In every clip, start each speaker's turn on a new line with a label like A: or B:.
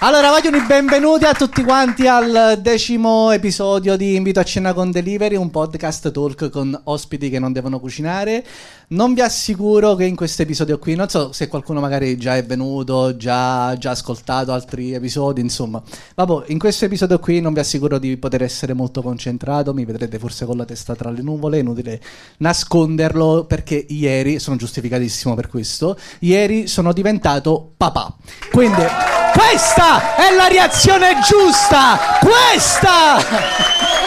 A: Allora, vogliono i benvenuti a tutti quanti al decimo episodio di Invito a cena con Delivery, un podcast talk con ospiti che non devono cucinare. Non vi assicuro che in questo episodio qui, non so se qualcuno magari già è venuto, già, già ascoltato altri episodi, insomma. Vabbè, in questo episodio qui non vi assicuro di poter essere molto concentrato, mi vedrete forse con la testa tra le nuvole, è inutile nasconderlo perché ieri, sono giustificatissimo per questo, ieri sono diventato papà. Quindi questa è la reazione giusta! Questa!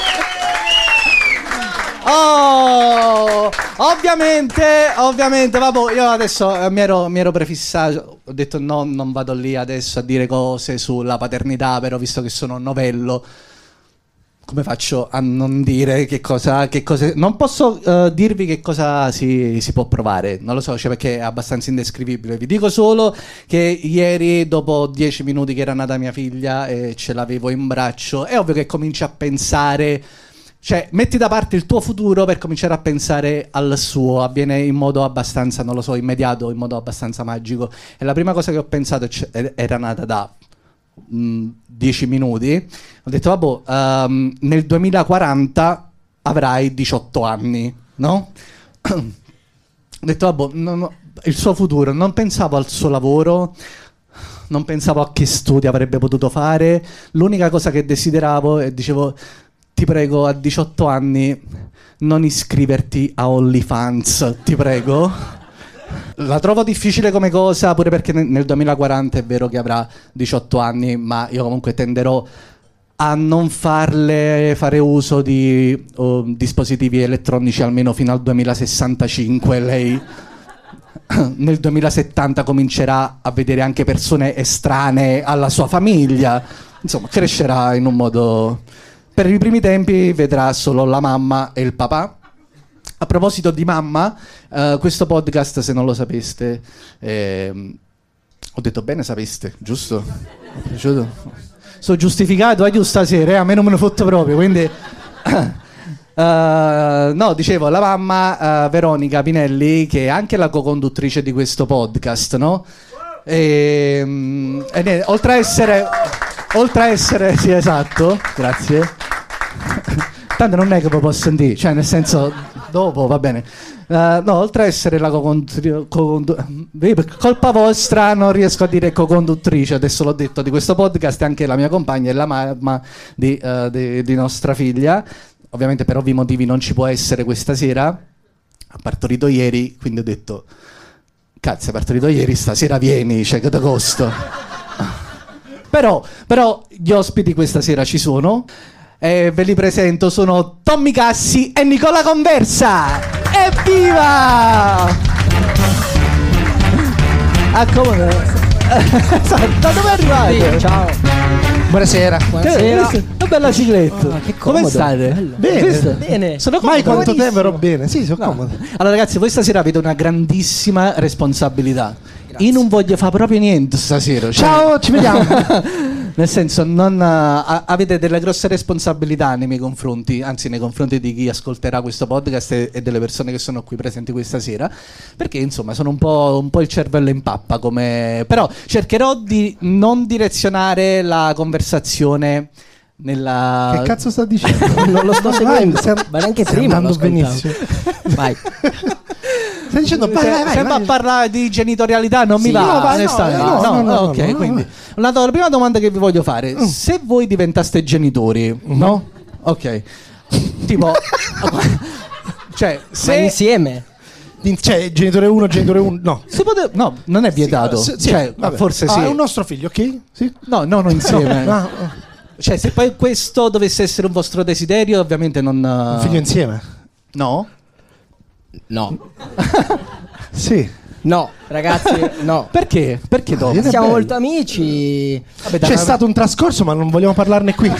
A: Oh, ovviamente, ovviamente, vabbè, io adesso eh, mi ero, mi ero prefissato, ho detto no, non vado lì adesso a dire cose sulla paternità, però visto che sono novello, come faccio a non dire che cosa... Che cose- non posso eh, dirvi che cosa si, si può provare, non lo so, cioè perché è abbastanza indescrivibile. Vi dico solo che ieri, dopo dieci minuti che era nata mia figlia e ce l'avevo in braccio, è ovvio che cominci a pensare... Cioè, metti da parte il tuo futuro per cominciare a pensare al suo. Avviene in modo abbastanza, non lo so, immediato, in modo abbastanza magico. E la prima cosa che ho pensato c- era nata da mh, 10 mm, minuti. Ho detto, vabbè, ehm, nel 2040 avrai 18 anni, no? Ho detto, vabbè, non ho- il suo futuro, non pensavo al suo lavoro, non pensavo a che studi avrebbe potuto fare. L'unica cosa che desideravo e dicevo, ti prego, a 18 anni non iscriverti a OnlyFans, ti prego. La trovo difficile come cosa, pure perché ne- nel 2040 è vero che avrà 18 anni, ma io comunque tenderò a non farle fare uso di oh, dispositivi elettronici almeno fino al 2065. Lei nel 2070 comincerà a vedere anche persone estranee alla sua famiglia. Insomma, crescerà in un modo... Per i primi tempi vedrà solo la mamma e il papà. A proposito di mamma, eh, questo podcast, se non lo sapeste, ehm, ho detto bene, sapeste, giusto? Mi è piaciuto? Sono giustificato, eh, giusto stasera, eh, a me non me ne fotto proprio, quindi... Eh, no, dicevo, la mamma eh, Veronica Pinelli, che è anche la co-conduttrice di questo podcast, no? Ehm, E, niente, oltre a essere... Oltre a essere... Sì, esatto, grazie. Tanto non è che poi posso sentire, cioè nel senso dopo va bene. Eh, no, oltre a essere la co-conduttrice, colpa vostra non riesco a dire co-conduttrice, adesso l'ho detto di questo podcast, è anche la mia compagna e la mamma di, eh, di- di nostra figlia. Ovviamente per ovvi motivi non ci può essere questa sera, ha partorito ieri, quindi ho detto, cazzo è partorito ieri, stasera vieni, c'è che costo. Però, però gli ospiti questa sera ci sono. E ve li presento, sono Tommy Cassi e Nicola Conversa. Evviva! Ah, Accomoda. da dove arrivate?
B: Ciao. Buonasera. Buonasera.
A: Che bella sigletta.
C: Ah, che
A: Come
C: comodo.
A: state?
B: Bene.
A: Questa?
C: Bene.
A: Sono
B: Mai
A: comodo?
B: quanto tempo ero bene. Sì, sono comodo.
A: Allora ragazzi, voi stasera avete una grandissima responsabilità. Io non voglio fare proprio niente stasera. cioè-
B: Ciao, ci vediamo.
A: Nel senso, non, eh, a- avete delle grosse responsabilità nei miei confronti, anzi nei confronti di chi ascolterà questo podcast e, e delle persone che sono qui presenti questa sera, perché insomma sono un po', un po' il cervello in pappa, come... però cercherò di non direzionare la conversazione nella...
B: che cazzo sta dicendo?
C: Non lo
A: Ah,
C: sto
B: Vai,
C: seguendo,
B: stiamo-
C: ma neanche
B: stiamo
C: prima lo
B: andando
C: ascoltavo.
B: benissimo.
C: Vai.
B: Stai dicendo vai,
A: Se-
B: vai, vai.
A: se va a
B: vai.
A: parlare di genitorialità non mi
B: Sì,
A: va
B: no, vai, no,
A: onestamente.
B: no, no, no,
A: ok,
B: no, no, Mm. no.
A: quindi Una do- la prima domanda che vi voglio fare se voi diventaste genitori
B: Mm-hmm.
A: no? ok tipo cioè
C: Ma
A: se
C: insieme.
B: Di- Cioè, genitore 1, genitore 1. No.
A: se pote- no non è vietato
B: Sì, sì,
A: cioè,
B: vabbè.
A: forse
B: Ah,
A: sì
B: è un nostro figlio, ok? Sì.
A: no no non insieme
B: No, no,
A: cioè se poi questo dovesse essere un vostro desiderio ovviamente non
B: Un figlio insieme.
A: no
C: No.
B: Sì.
C: No, ragazzi, no.
A: perché perché dopo
B: io ne-
C: Siamo
B: bello.
C: molto amici.
A: Vabbè, dai,
B: C'è
A: ma-
B: stato un trascorso, ma non vogliamo parlarne qui.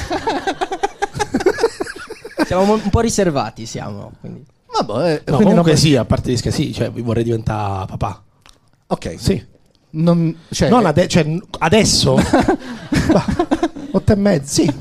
C: Siamo mo- un po' riservati siamo, quindi.
A: vabbè, eh,
D: No,
A: quindi non-
D: comunque sì, a parte di scherzi, cioè vorrei diventare papà.
A: ok
B: Sì.
A: non, cioè,
B: Non ade- cioè, n- adesso. Va, Otto e mezzo. Sì.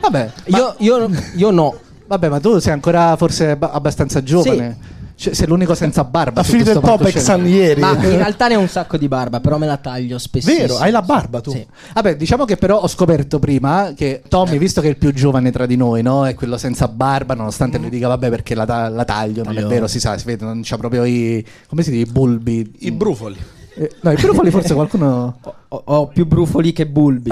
A: vabbè
C: Io, io, io no.
A: Vabbè, ma tu sei ancora forse ab- abbastanza giovane.
C: Sì.
A: Cioè, sei l'unico senza barba.
B: Ha
A: su
B: finito il
A: questo
B: Popexan
A: palcoscenico.
B: ieri.
C: Ma in realtà ne ho un sacco di barba, però me la taglio spesso.
B: Vero, hai la barba tu.
C: Sì.
A: Vabbè, diciamo che però ho scoperto prima che
C: Eh.
A: Tommy, visto che è il più giovane tra di noi, no? È quello senza barba, nonostante lui dica vabbè perché la, ta- la taglio, non è
C: Mm. Taglio.
A: vero, si sa, si vede, non c'ha proprio i... come si dice, i bulbi.
D: I brufoli.
A: Eh, no, i brufoli forse qualcuno...
C: Ho, ho più brufoli che bulbi.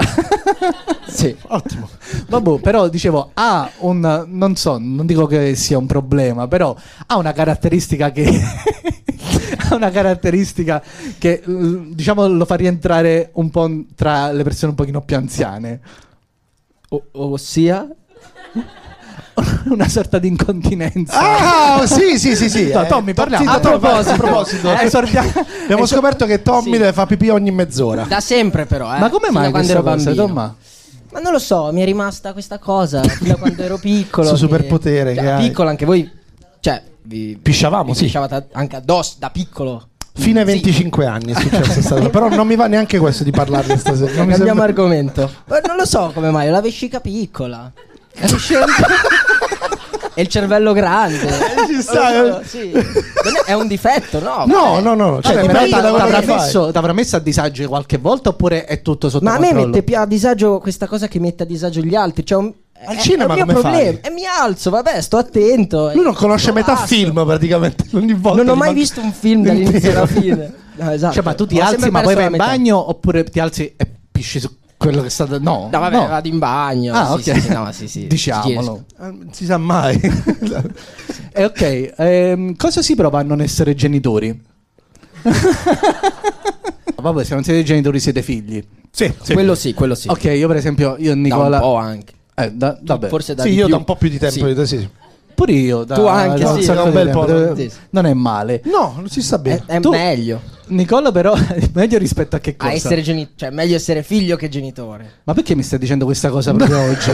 C: sì.
B: Ottimo.
A: Vabbè, però dicevo, ha un... non so, non dico che sia un problema, però ha una caratteristica che... ha una caratteristica che, l- diciamo, lo fa rientrare un po' tra le persone un pochino più anziane.
C: O- ossia,
A: Una sorta di incontinenza.
B: Ah, sì, sì, sì, sì.
A: No,
B: eh,
A: Tommy, parliamo.
B: sì,
A: A
B: Tommy,
A: proposito.
B: a proposito.
A: Eh, esordiamo-
B: Abbiamo scoperto che Tommy
C: Sì.
B: deve fa pipì ogni mezz'ora.
C: da sempre però, eh.
A: Ma come
C: Fino a
A: mai
C: quando
A: questa
C: ero
A: cosa,
C: bambino.
A: Tomma?
C: Ma non lo so, mi è rimasta questa cosa da quando ero piccolo.
B: Questo
C: che-
B: superpotere
C: cioè,
B: che
C: da
B: hai. Ah,
C: piccolo anche voi, cioè, vi
D: Pisciavamo,
C: vi
D: sì.
C: pisciavate anche addosso da piccolo.
B: Fine ai
C: Sì.
B: 25 anni è successo questa cosa. Però non mi va neanche questo di parlarne stasera. Non mi
C: Cambiamo
B: sembra-
C: argomento. Ma non lo so come mai, ho la vescica piccola. e il cervello grande.
B: Eh, Ci sta, eh.
C: Non lo so, sì. Non è, è un dipetto, no?
B: No, no, no. Cioè,
A: Cioè,
B: dipende
A: ti
B: da
A: avrà-
B: quello
A: t'avrà
B: che fai.
A: messo, t'avrà messo a disagio qualche volta oppure è tutto sotto
C: Ma a me
A: controllo?
C: mette più a disagio questa cosa che mette a disagio gli altri. Cioè, un- è-
B: Al cinema
C: è un mio
B: come fai?
C: problema. E mi alzo, vabbè, sto attento.
B: Lui non conosce
C: Sto
B: metà
C: basso.
B: film praticamente. Ogni volta
C: Non ho
B: gli
C: mai
B: manca-
C: visto un film dall'inizio
B: Intero.
C: alla fine. No, esatto.
A: Cioè, ma tu ti
C: Ho
A: alzi
C: sempre
A: ma poi
C: perso
A: vai
C: la
A: in
C: metà.
A: bagno oppure ti alzi e pisci su quello che è stato... No,
C: No, vabbè,
A: no.
C: vado in bagno.
A: Ah,
C: sì,
A: ok.
C: sì, sì, no, sì, sì. Ci riesco.
A: Diciamolo.
B: Eh, Non si sa mai.
A: Eh, ok, ehm, cosa si prova a non essere genitori? Vabbè, se non siete genitori siete figli.
B: sì, sì.
C: Quello sì, quello sì.
A: Ok, io per esempio, io e
C: Da
A: Nicola...
C: un po' anche.
A: Eh, da- vabbè.
C: Forse da
B: Sì,
C: di
B: io
C: più.
B: da un po' più di tempo.
C: Sì.
B: di te, sì, sì.
A: Pure io. Da,
C: Tu anche,
A: da
C: sì,
A: sacco
B: da un
A: di
B: bel
A: tempo.
B: po'.
A: Eh, Non è male.
B: No, non si sa bene.
C: È, è
A: Tu-
C: meglio
A: Nicola però è meglio rispetto a che cosa?
C: a essere genitore, cioè meglio essere figlio che genitore.
A: Ma perché mi stai dicendo questa cosa proprio oggi?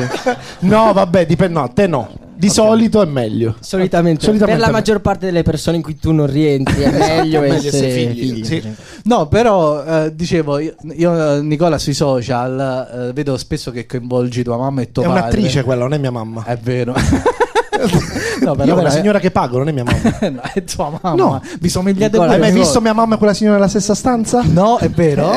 B: No, vabbè, dipende. No, te no. Di solito è meglio.
C: Solitamente,
B: Solitamente
C: per la
B: no.
C: maggior parte delle persone in cui tu non rientri
A: Esatto.
C: è meglio
B: meglio
C: essere
B: essere figli,
C: figlio.
B: sì.
C: che-
A: No, però eh, dicevo, io, io, eh, Nicola sui social eh, vedo spesso che coinvolgi tua mamma e tuo
B: È
A: padre.
B: un'attrice quella, non è mia mamma.
A: È vero. no,
B: Io ho una
A: eh,
B: signora che pago, non Eh, è mia mamma.
A: no, è tua mamma.
B: No.
A: vi somigliate
C: Nicola,
A: pure,
B: Hai mai
A: Nicola.
B: visto mia mamma e quella signora nella stessa stanza?
A: No, è vero.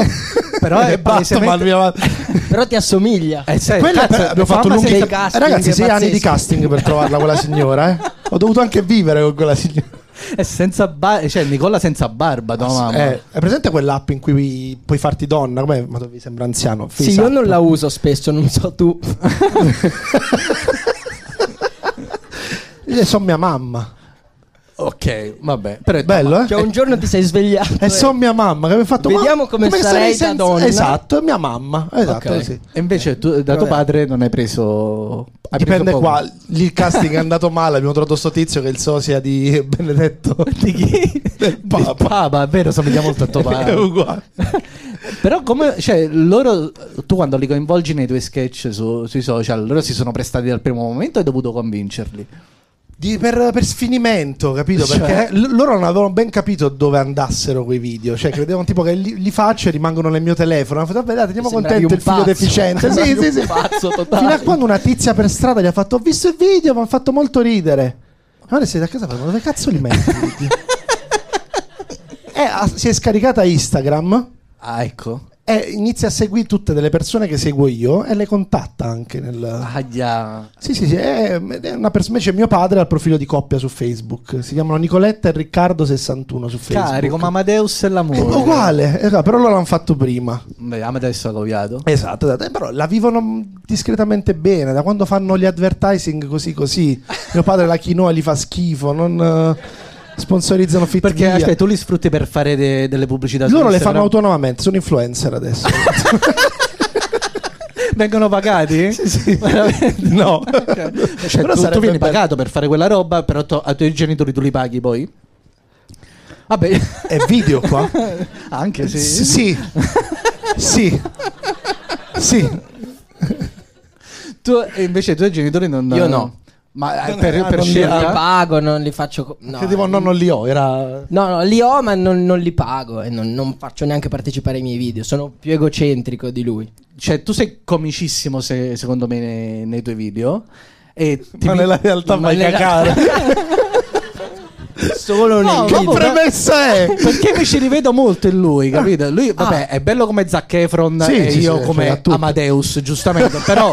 A: però è
B: Basta, ma
A: palesemente...
B: mia mamma-
C: Però ti assomiglia.
A: Eh, sai,
B: Quella
A: cazzo,
B: per- abbiamo
A: tua
B: fatto
A: mamma
B: lunghi
C: sei-
B: Eh,
C: casting
B: Ragazzi, sei anni di
C: pazzeschi.
B: casting per trovarla quella signora, eh. Ho dovuto anche vivere con quella signora.
A: sei- è senza barba, cioè Nicola senza barba, tua mamma.
B: Eh, è presente quell'app in cui puoi farti donna? Com'è? Ma dove sembra anziano?
C: Sì,
B: Face
A: esatto.
C: io
B: app.
C: non la uso spesso, non so tu.
B: Io sono Eh, mia mamma.
A: Ok, vabbè. Però è tua
B: Bello, eh?
C: Cioè un giorno ti sei svegliato.
B: E sono mia mamma che mi ha fatto ma-
C: Vediamo come sarei da donna.
B: Esatto, è mia mamma. Esatto,
C: Ok.
B: sì.
A: E invece tu, da tuo
C: Vabbè.
A: padre non hai preso... hai
B: Dipende
A: preso poco.
B: qua, lì il casting è andato male, abbiamo trovato sto tizio che è il sosia di Benedetto.
A: Di chi?
B: Del Papa.
A: Del Papa, è vero, somiglia molto a tuo
B: È
A: padre.
B: uguale.
A: Però come, cioè, loro, tu quando li coinvolgi nei tuoi sketch su- sui social, loro si sono prestati dal primo momento e hai dovuto convincerli.
B: Di- per, per sfinimento, capito?
A: Cioè-
B: Perché l- loro non avevano ben capito dove andassero quei video. Cioè, che vedevano tipo che li, li faccio e rimangono nel mio telefono. Hanno fatto, "Ah, "Vabbè, dai, teniamo
C: Sembravi
B: contento
C: un
B: il figlio
C: pazzo.
B: deficiente. sì,
C: Sembravi
B: sì,
C: un
B: sì.
C: pazzo totale.
B: Fino a quando una tizia per strada gli ha fatto: Ho visto il video, mi ha fatto molto ridere. Ma ora siete a casa, ma dove cazzo li metti? i video?" Eh, ha- si è scaricata Instagram
A: Ah, ecco.
B: e inizia a seguire tutte delle persone che seguo io e le contatta anche nel.
A: Ahia.
B: Sì, sì, sì, è, è una persona, invece mio padre ha il profilo di coppia su Facebook, si chiamano Nicoletta e Riccardo 61 su Facebook.
A: Carico, ma Amadeus e
B: È
A: l'amore.
B: uguale, eh, però loro l'hanno fatto prima.
A: Beh, Amadeus l'ha copiato.
B: Esatto, esatto. Eh, però la vivono mh, discretamente bene, da quando fanno gli advertising così così. mio padre la quinoa gli fa schifo, non eh, sponsorizzano Fit
A: Perché,
B: Via.
A: aspetta, tu li sfrutti per fare de- delle pubblicità su
B: loro le
A: Instagram?
B: fanno autonomamente, sono influencer adesso.
A: Vengono pagati? sì, sì.
B: no.
A: Cioè,
B: Però
A: tu, tu
B: sarebbe
A: vieni
B: bello.
A: pagato per fare quella roba, però to- ai tuoi genitori tu li paghi poi? Vabbè,
B: È video qua?
A: anche se...
B: S- sì. sì. Sì.
A: Tu, e invece i tuoi genitori non...
C: Io no.
A: Ma eh, per,
B: ah,
A: per
B: non li-
C: Non li
A: scelta...
C: pago, non li faccio. co- No,
B: Che tipo no, non li ho, era...
C: No, no, li ho, ma non, non li pago e non, non faccio neanche partecipare ai miei video. Sono più egocentrico di lui.
A: Cioè, tu sei comicissimo, se- secondo me, nei, nei tuoi video. E ti
B: Ma
A: pi-
B: nella realtà
C: Ma
B: vai a
C: nella-
B: cagare.
A: No,
C: Solo nei
A: ma
B: Che
A: Dopo-
C: video.
B: premessa è?
A: Perché mi ci rivedo molto in lui, capito? Lui, vabbè, è bello come Zac Efron
B: Ah. Sì,
A: e
B: sì,
A: io
B: sì,
A: come
B: cioè, a tutti.
A: Amadeus, giustamente. Però,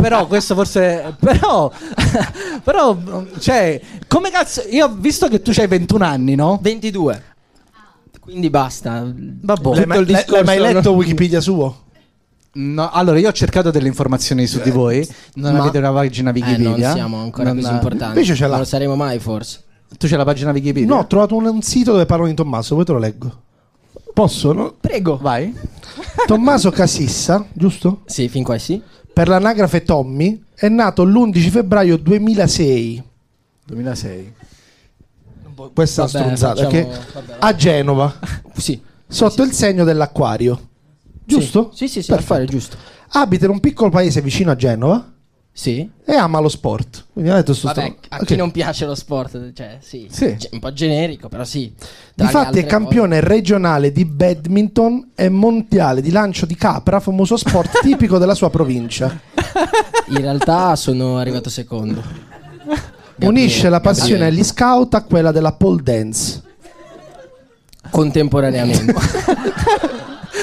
A: però questo forse. Però, però, cioè, come cazzo. Io, visto che tu hai 21 anni, no?
C: 22. Quindi basta.
A: Vabbè.
C: Tutto
B: L'hai mai,
C: il
B: l'hai- l'hai mai
C: discorso-
B: letto Wikipedia suo?
A: No, allora, io ho cercato delle informazioni
B: Eh,
A: su di voi. Non
C: Ma-
A: avete una pagina
C: Eh,
A: Wikipedia.
C: non siamo ancora
A: Non-
C: così importanti.
B: Invece ce l'ha.
C: Non lo saremo mai, forse.
A: Tu c'hai la pagina Wikipedia?
B: No, ho trovato un, un sito dove parlano di Tommaso, poi te lo leggo. Posso? no?
C: Prego.
A: Vai.
B: Tommaso Casissa, giusto?
C: Sì, fin qua sì.
B: Per l'anagrafe Tommy, è nato l'11 febbraio 2006.
A: 2006.
B: Questa
C: Vabbè,
B: stronzata
C: facciamo-
B: che-
C: vabbè,
B: a Genova,
C: Sì.
B: sotto il segno dell'acquario. Giusto?
C: Sì, sì, sì, per
B: Perfetto.
C: fare giusto.
B: Abita in un piccolo paese vicino a Genova
C: Sì.
B: e ama lo sport. Quindi ha detto sto
C: Vabbè,
B: stronzo.
C: a
B: Ok.
C: chi non piace lo sport, cioè, sì.
A: Sì.
C: Ge- un po' generico, però sì. Tra le
B: Difatti è
C: altre
B: campione regionale di badminton e mondiale di lancio di capra, famoso sport tipico della sua provincia.
C: cose- In realtà sono arrivato secondo. Gabriele,
B: Unisce la passione
C: Gabriele.
B: agli scout a quella della pole dance.
C: Contemporaneamente.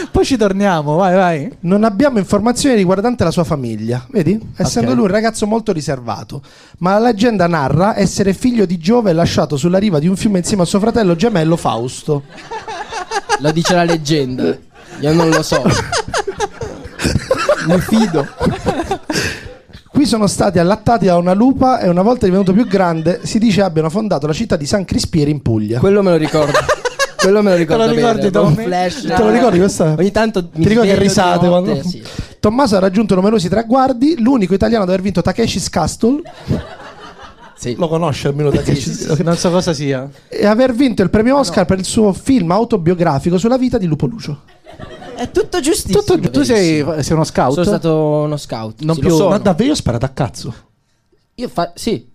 A: Poi ci torniamo, vai, vai.
B: Non abbiamo informazioni riguardante la sua famiglia, vedi? Essendo
A: Ok.
B: lui un ragazzo molto riservato, ma la leggenda narra essere figlio di Giove e lasciato sulla riva di un fiume insieme a suo fratello gemello Fausto.
C: lo dice la leggenda. Io non lo so. Mi fido.
B: Qui sono stati allattati da una lupa e una volta divenuto più grande si dice abbiano fondato la città di San Crispieri in Puglia.
C: Quello me lo ricordo. Quello me lo ricordo. bene,
A: ricordi,
C: avevo un
A: Tommy?
C: flash.
B: Te lo ricordi questa?
C: Ogni tanto mi
B: Ti ricordi
C: sveglio
B: che
C: di
B: risate?
C: notte,
B: quando-
C: sì.
B: Tommaso ha raggiunto numerosi traguardi, l'unico italiano ad aver vinto Takeshi's Castle,
C: Sì.
B: lo conosce almeno Takeshi's
A: Non so cosa sia.
B: e aver vinto il premio Oscar per il suo film autobiografico sulla vita di Lupo Lucio.
C: È tutto giustissimo.
A: Tutto- tu sei, sei uno scout?
C: Sono stato uno scout.
A: Non
C: sì,
A: più-
C: Lo sono.
A: ma
B: davvero io ho sparato a cazzo?
C: Io fa- sì.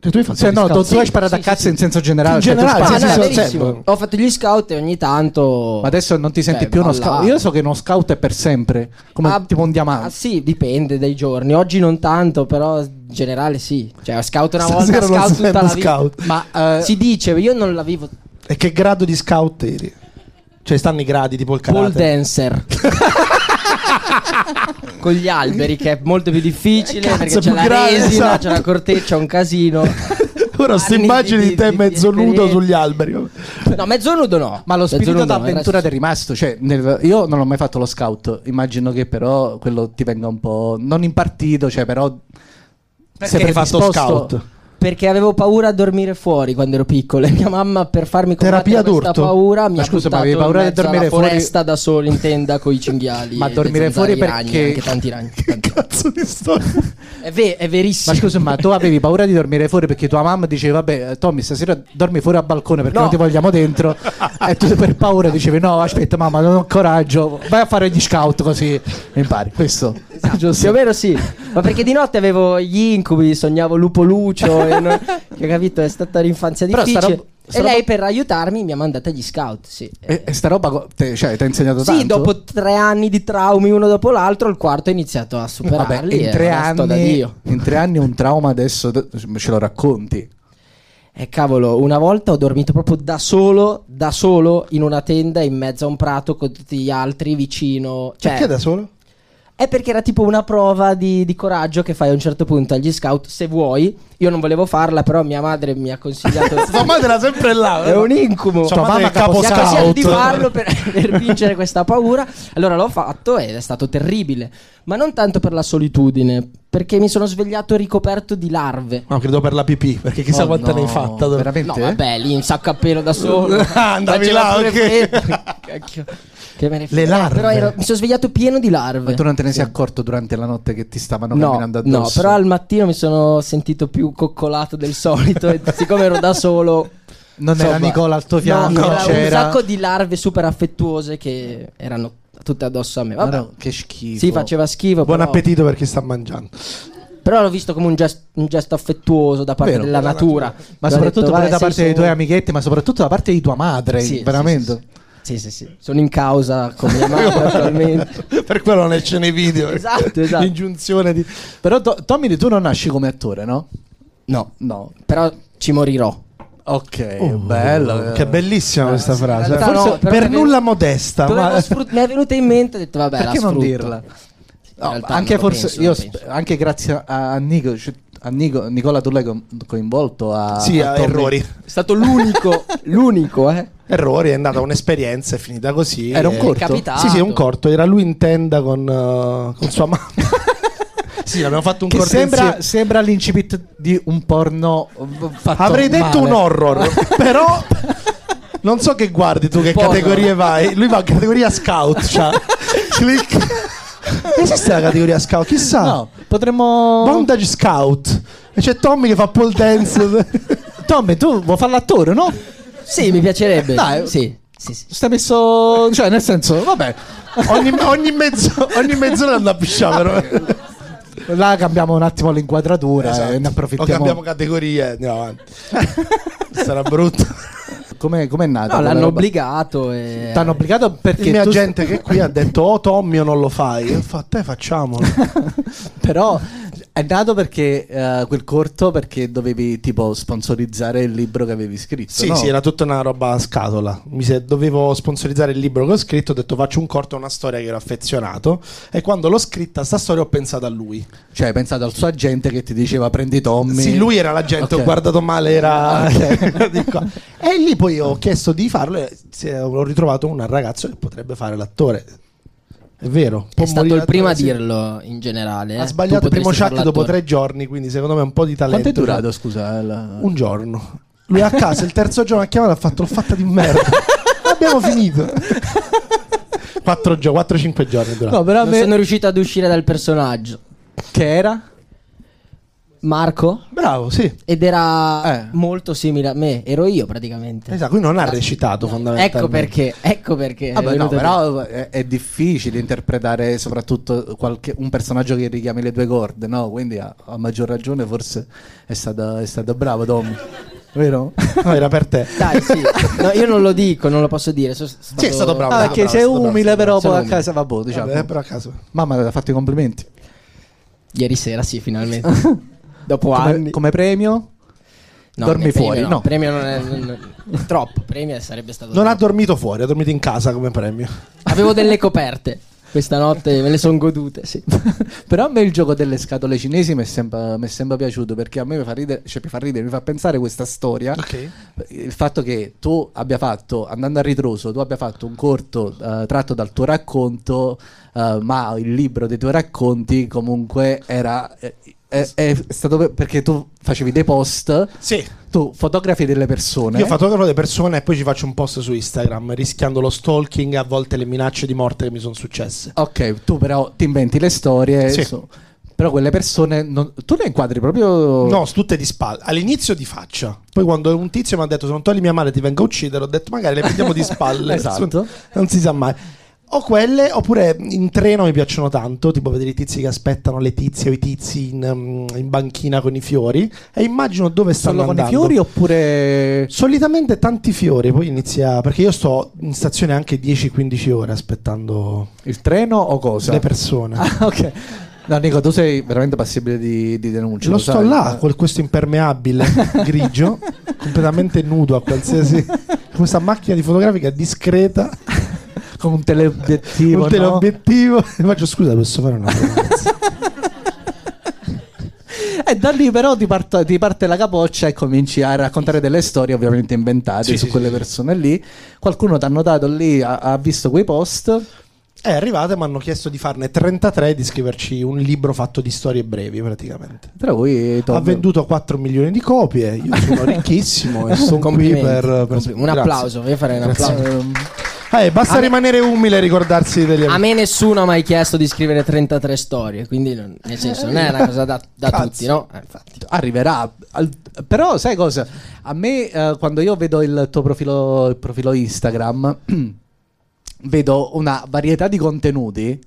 B: Cioè, tu hai fatto
A: Cioè,
B: gli
A: no, tu,
B: scout?
A: tu hai sparato
C: sì,
A: a
C: sì,
A: cazzo
C: sì.
A: in senso generale.
B: In
A: cioè, tu
B: generale,
A: spari- cioè,
B: sì,
C: Ah, no,
B: sì,
C: è
B: sì,
C: verissimo.
B: sempre.
C: Ho fatto gli scout e ogni tanto.
A: Ma adesso non ti
B: Cioè,
A: senti
C: Beh,
A: più uno
C: balla.
A: scout. Io so che uno scout è per sempre, come
C: Ah,
A: tipo un
C: ah,
A: diamante.
C: sì, dipende dai giorni. Oggi non tanto, però in generale sì. Cioè, scout una volta,
B: Stasera non
C: scout
B: si
C: tutta la
B: sente
C: vita.
B: scout.
A: Ma eh,
C: Si dice, io non la vivo.
B: E che grado di scout eri? Cioè, stanno i gradi tipo il
C: Pole
B: karate.
C: dancer. Con gli alberi che è molto più difficile
B: Cazzo,
C: perché c'è
B: più
C: la
B: grave,
C: resina,
B: esatto.
C: c'è la corteccia, un casino.
B: Ora sto
C: Anni
B: immagini di,
C: di-
B: te
C: di-
B: mezzo
C: di
B: nudo
C: esperienza.
B: sugli alberi.
C: No, mezzo nudo no.
A: ma lo
C: Mezzo
A: spirito
C: nudo no,
A: d'avventura
C: il
A: ti è rimasto? Cioè, nel- io non ho mai fatto lo scout. Immagino che però quello ti venga un po'. Non impartito, cioè, però. sei
B: hai fatto
A: predisposto-
B: scout?
C: resto- Perché avevo paura a dormire fuori quando ero piccolo. E mia mamma, per farmi combattere
B: Terapia
C: questa
B: d'urto?
C: paura, mi
A: Ma
C: ha
A: Eh, scusa, ma
C: buttato
A: avevi paura
C: in
A: di
C: mezzo alla
A: dormire fuori?
C: foresta da solo in tenda con i cinghiali.
A: Ma
C: e le
A: dormire fuori
C: zanzare, i ragni,
A: perché-
C: anche tanti ragni. tanti-
B: Cazzo di storia.
C: È, ve- è verissimo.
A: Ma scusa, ma tu avevi paura di dormire fuori perché tua mamma diceva: Vabbè, Tommy, stasera dormi fuori al balcone perché
C: No.
A: non ti vogliamo dentro. e tu per paura dicevi: No, aspetta, mamma, non ho coraggio. Vai a fare gli scout così impari. Questo
C: Più o meno Esatto. sì, ma perché di notte avevo gli incubi, sognavo Lupo Lucio, e non- che ho capito, è stata un'infanzia
A: Però sta
C: difficile.
A: roba- sta
C: e lei
A: roba-
C: per aiutarmi mi ha mandato agli scout, sì.
A: E, e sta roba co- te- cioè, ti ha insegnato tanto?
C: Sì, dopo tre anni di traumi uno dopo l'altro, il quarto ho iniziato a superarli.
A: Vabbè, in
C: e
A: tre,
C: ora sto da
A: anni,
C: Dio.
A: in tre anni un trauma adesso d- ce lo racconti.
C: E cavolo, una volta ho dormito proprio da solo, da solo, in una tenda in mezzo a un prato con tutti gli altri vicino. Cioè,
B: Perché da solo?
C: È perché era tipo una prova di, di coraggio che fai a un certo punto agli scout, se vuoi. Io non volevo farla, però mia madre mi ha consigliato.
B: Tua madre era sempre là.
C: È un incubo.
B: Sua madre è capo
C: Mi ha consigliato di
B: scout.
C: farlo per, per vincere questa paura. Allora l'ho fatto ed è stato terribile. Ma non tanto per la solitudine, perché mi sono svegliato ricoperto di larve.
B: No, credo per la pipì, perché chissà
A: Oh,
B: quanta ne hai
A: no,
B: fatta.
C: No,
A: Veramente?
C: vabbè, lì in sacco a pelo da solo.
B: Ah, andavi
C: Faceva
B: là,
C: pure
B: ok.
C: freddo. Cacchio. Che me ne frega.
B: larve.
C: Però ero- mi sono svegliato pieno di larve.
A: Ma tu non te ne sei accorto durante la notte che ti stavano
C: No,
A: camminando
C: no,
A: addosso?
C: però al mattino mi sono sentito più coccolato del solito e siccome ero da solo...
A: Non era Nicola al tuo fianco,
C: no,
A: non
C: era un
A: c'era.
C: sacco di larve super affettuose che erano tutte addosso a me. Vabbè,
A: Ma no, che schifo.
C: sì, faceva schifo,
B: Buon
C: però,
B: appetito per chi sta mangiando.
C: però l'ho visto come un gest- un gesto, affettuoso da parte
A: Vero,
C: della natura.
A: Ma
C: Mi ha
A: soprattutto
C: detto,
A: pure
C: "Vabbè,
A: da
C: sei
A: parte dei tuoi
C: solo".
A: amichetti, ma soprattutto da parte di tua madre,
C: Sì, sì,
A: veramente.
C: Sì, sì, sì. Sono in causa con mia madre attualmente.
B: per quello non esce nei video.
C: Esatto, esatto.
B: L'ingiunzione di...
A: Però to- Tommy, tu non nasci come attore, no?
C: No,
A: No.
C: però ci morirò.
A: Ok, bello.
B: Oh,
A: eh.
B: Che bellissima questa
A: Ah,
B: frase. eh.
A: cioè,
C: realtà
B: Forse
C: no, però
B: per
C: mi è ven-
B: nulla modesta,
C: Dovevo
B: ma
C: sfrut- mi è venuta in mente e ho detto vabbè
A: Perché
C: la
A: non
C: sfrutto.
A: dirla? No,
C: realtà
A: anche
C: non lo
A: forse
C: penso,
A: io
C: non
A: sp-
C: penso.
A: anche grazie a Nico, a Nico- Nicola tu l'hai co- coinvolto a
B: sì,
A: a
B: ha
A: Ah, Tommy.
B: errori.
C: È stato l'unico, l'unico, eh.
B: Errori, è andata un'esperienza, è finita così.
A: Era un
B: e-
A: corto?
C: capitato.
B: Sì, sì, un corto. Era lui in tenda con, eh, con sua mamma. sì, abbiamo fatto un
A: Che
B: corto
A: sembra,
B: insieme.
A: sembra l'incipit di un porno v- fatto
B: Avrei detto
A: male.
B: un horror, però non so che guardi tu, che
C: Porno.
B: categorie vai. Lui va in categoria scout. Cioè, click. Esiste la categoria scout? Chissà.
A: No, potremmo
B: Bondage scout. E c'è Tommy che fa pole dance.
A: Tommy, tu vuoi fare l'attore, no?
C: Sì, mi piacerebbe.
A: Dai.
C: Sì, sì, sì.
A: Stai messo, cioè nel senso, vabbè,
B: ogni, ogni mezzo- ogni mezz'ora andava a pisciare. però.
A: là cambiamo un attimo l'inquadratura
B: Esatto.
A: e eh, ne
B: O
A: approfittiamo.
B: cambiamo categorie, andiamo avanti. Sarà brutto.
A: Come è nata?
C: No,
A: quella
C: l'hanno
A: roba?
C: obbligato e...
A: T'hanno obbligato perché
B: Il mio
A: tu
B: agente che è qui ha detto "Oh Tommy, o non lo fai". Io ho fatto "Eh, facciamolo".
A: Però è nato perché eh, quel corto perché dovevi tipo sponsorizzare il libro che avevi scritto.
B: Sì,
A: no?
B: sì, era tutta una roba a scatola. Mi se- dovevo sponsorizzare il libro che ho scritto, ho detto "Faccio un corto a una storia che ero affezionato" e quando l'ho scritta sta storia ho pensato a lui.
A: Cioè, hai pensato al suo agente che ti diceva prendi Tommy.
B: Sì, lui era l'agente,
A: Ok. Ah,
B: ho guardato male, era di qua. E lì poi ho chiesto di farlo e si è- ho ritrovato un ragazzo che potrebbe fare l'attore. È vero. può
C: È stato
B: morire
C: il primo a
B: l'attore, sì.
C: dirlo in generale. eh.
B: Ha
C: Tu
B: sbagliato il primo
C: potresti
B: chat
C: farlo
B: dopo
C: attore.
B: tre giorni, quindi secondo me un po' di talento.
A: Quanto è durato, scusa? la-
B: Un giorno. Lui a casa il terzo giorno ha chiamato e ha fatto il fatta di merda. Abbiamo finito. 4 giorni, 4-5 giorni è durato.
A: No, però a
C: Non
A: me-
C: sono riuscito ad uscire dal personaggio.
A: che era?
C: Marco?
B: Bravo, sì.
C: Ed era
A: Eh.
C: molto simile a me, ero io praticamente.
B: Esatto, qui non ha recitato fondamentalmente.
C: Ecco perché, ecco perché.
A: Vabbè,
C: è
A: Eh, no,
C: venuto
A: però è, è difficile interpretare soprattutto qualche- un personaggio che richiami le due corde, no? Quindi a, a maggior ragione forse è stato, è stato bravo Tommy. Vero?
B: No, era per te.
C: da- Dai, sì. No, io non lo dico, non lo posso dire. sono stato-
B: Sì, è stato bravo.
A: Ah,
B: bravo,
A: perché
B: bravo,
A: sei
B: è stato bravo,
A: umile, però
C: Sono
A: poi a
C: umile.
A: casa va boh, diciamo.
B: Vabbè, però a caso.
A: Mamma ti ha fatto i complimenti.
C: Ieri sera, sì, finalmente. Dopo
A: Come,
C: anni.
A: come premio?
C: No,
A: dormi
C: né premio
A: fuori, no.
C: Premio non è. non- non- troppo. Premio sarebbe stato.
B: Non ha
C: troppo.
B: dormito fuori, ha dormito in casa come premio.
C: Avevo delle coperte. Questa notte me le sono godute, sì.
A: Però a me il gioco delle scatole cinesi mi è sempre, mi è sempre piaciuto perché a me mi fa ridere, cioè mi fa ridere, mi fa pensare questa storia.
B: Ok.
A: Il fatto che tu abbia fatto, andando a ritroso, tu abbia fatto un corto eh, tratto dal tuo racconto, eh, ma il libro dei tuoi racconti comunque era... eh, eh, è stato per- perché tu facevi dei post,
B: Sì.
A: tu fotografi delle persone.
B: Io fotografo le persone e poi ci faccio un post su Instagram rischiando lo stalking e a volte le minacce di morte che mi sono successe.
A: Ok, tu però ti inventi le storie.
B: Sì.
A: so- però quelle persone non- tu le inquadri proprio.
B: No, s- tutte di spalle. All'inizio di faccia. Poi quando un tizio mi ha detto se non togli mia madre ti vengo a uccidere, ho detto magari le prendiamo di spalle.
A: Esatto.
B: Non si sa mai. O quelle, oppure in treno mi piacciono tanto, tipo vedere i tizi che aspettano le tizie o i tizi in, um, in banchina con i fiori e immagino dove stanno
A: solo con i
B: andando.
A: fiori oppure.
B: Solitamente tanti fiori, poi inizia perché io sto in stazione anche 10-15 ore aspettando
A: Il treno o cosa?
B: le persone.
A: Ah, ok. No, Nico, tu sei veramente passibile di, di denuncia.
B: Lo
A: lo
B: sto
A: sai?
B: là, con questo impermeabile grigio, completamente nudo a qualsiasi. Questa macchina di fotografica discreta,
A: Con un teleobiettivo.
B: un
A: no?
B: teleobiettivo. E faccio scusa, posso fare una foto?"
A: E Eh, da lì però ti, parto- ti parte la capoccia e cominci a raccontare delle storie ovviamente inventate
B: Sì,
A: su
B: sì,
A: quelle
B: sì, sì.
A: persone lì. Qualcuno ti ha notato lì, ha, ha visto quei post.
B: È arrivata e Eh, mi hanno chiesto di farne 33 e di scriverci un libro fatto di storie brevi praticamente.
A: Tra cui Tom-
B: Ha venduto 4 milioni di copie, io sono ricchissimo e sono qui
C: Complimenti.
B: per... per-
C: Compli- un
B: grazie.
C: applauso, voglio fare un applauso.
A: Ehm,
B: Eh, basta
C: A me-
B: rimanere umile e ricordarsi degli
C: A me nessuno ha mai chiesto di scrivere 33 storie, quindi non- nel senso non è una cosa da, da
B: Cazzo.
C: tutti, no? Eh, infatti.
A: arriverà. Al- però sai cosa? A me eh, quando io vedo il tuo profilo, il profilo Instagram vedo una varietà di contenuti,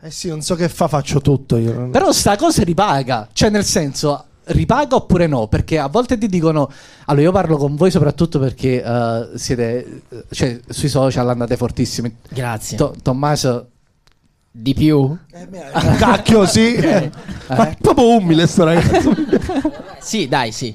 B: Eh sì, non so che fa, faccio tutto io.
A: però sta cosa ripaga, cioè nel senso ripaga oppure no, perché a volte ti dicono allora io parlo con voi soprattutto perché eh, siete eh, cioè sui social andate fortissimi.
C: Grazie.
A: To- Tommaso
C: Di più?
B: Eh. Cacchio, sì. Ma è proprio umile sto ragazzo.
C: Sì, dai, sì.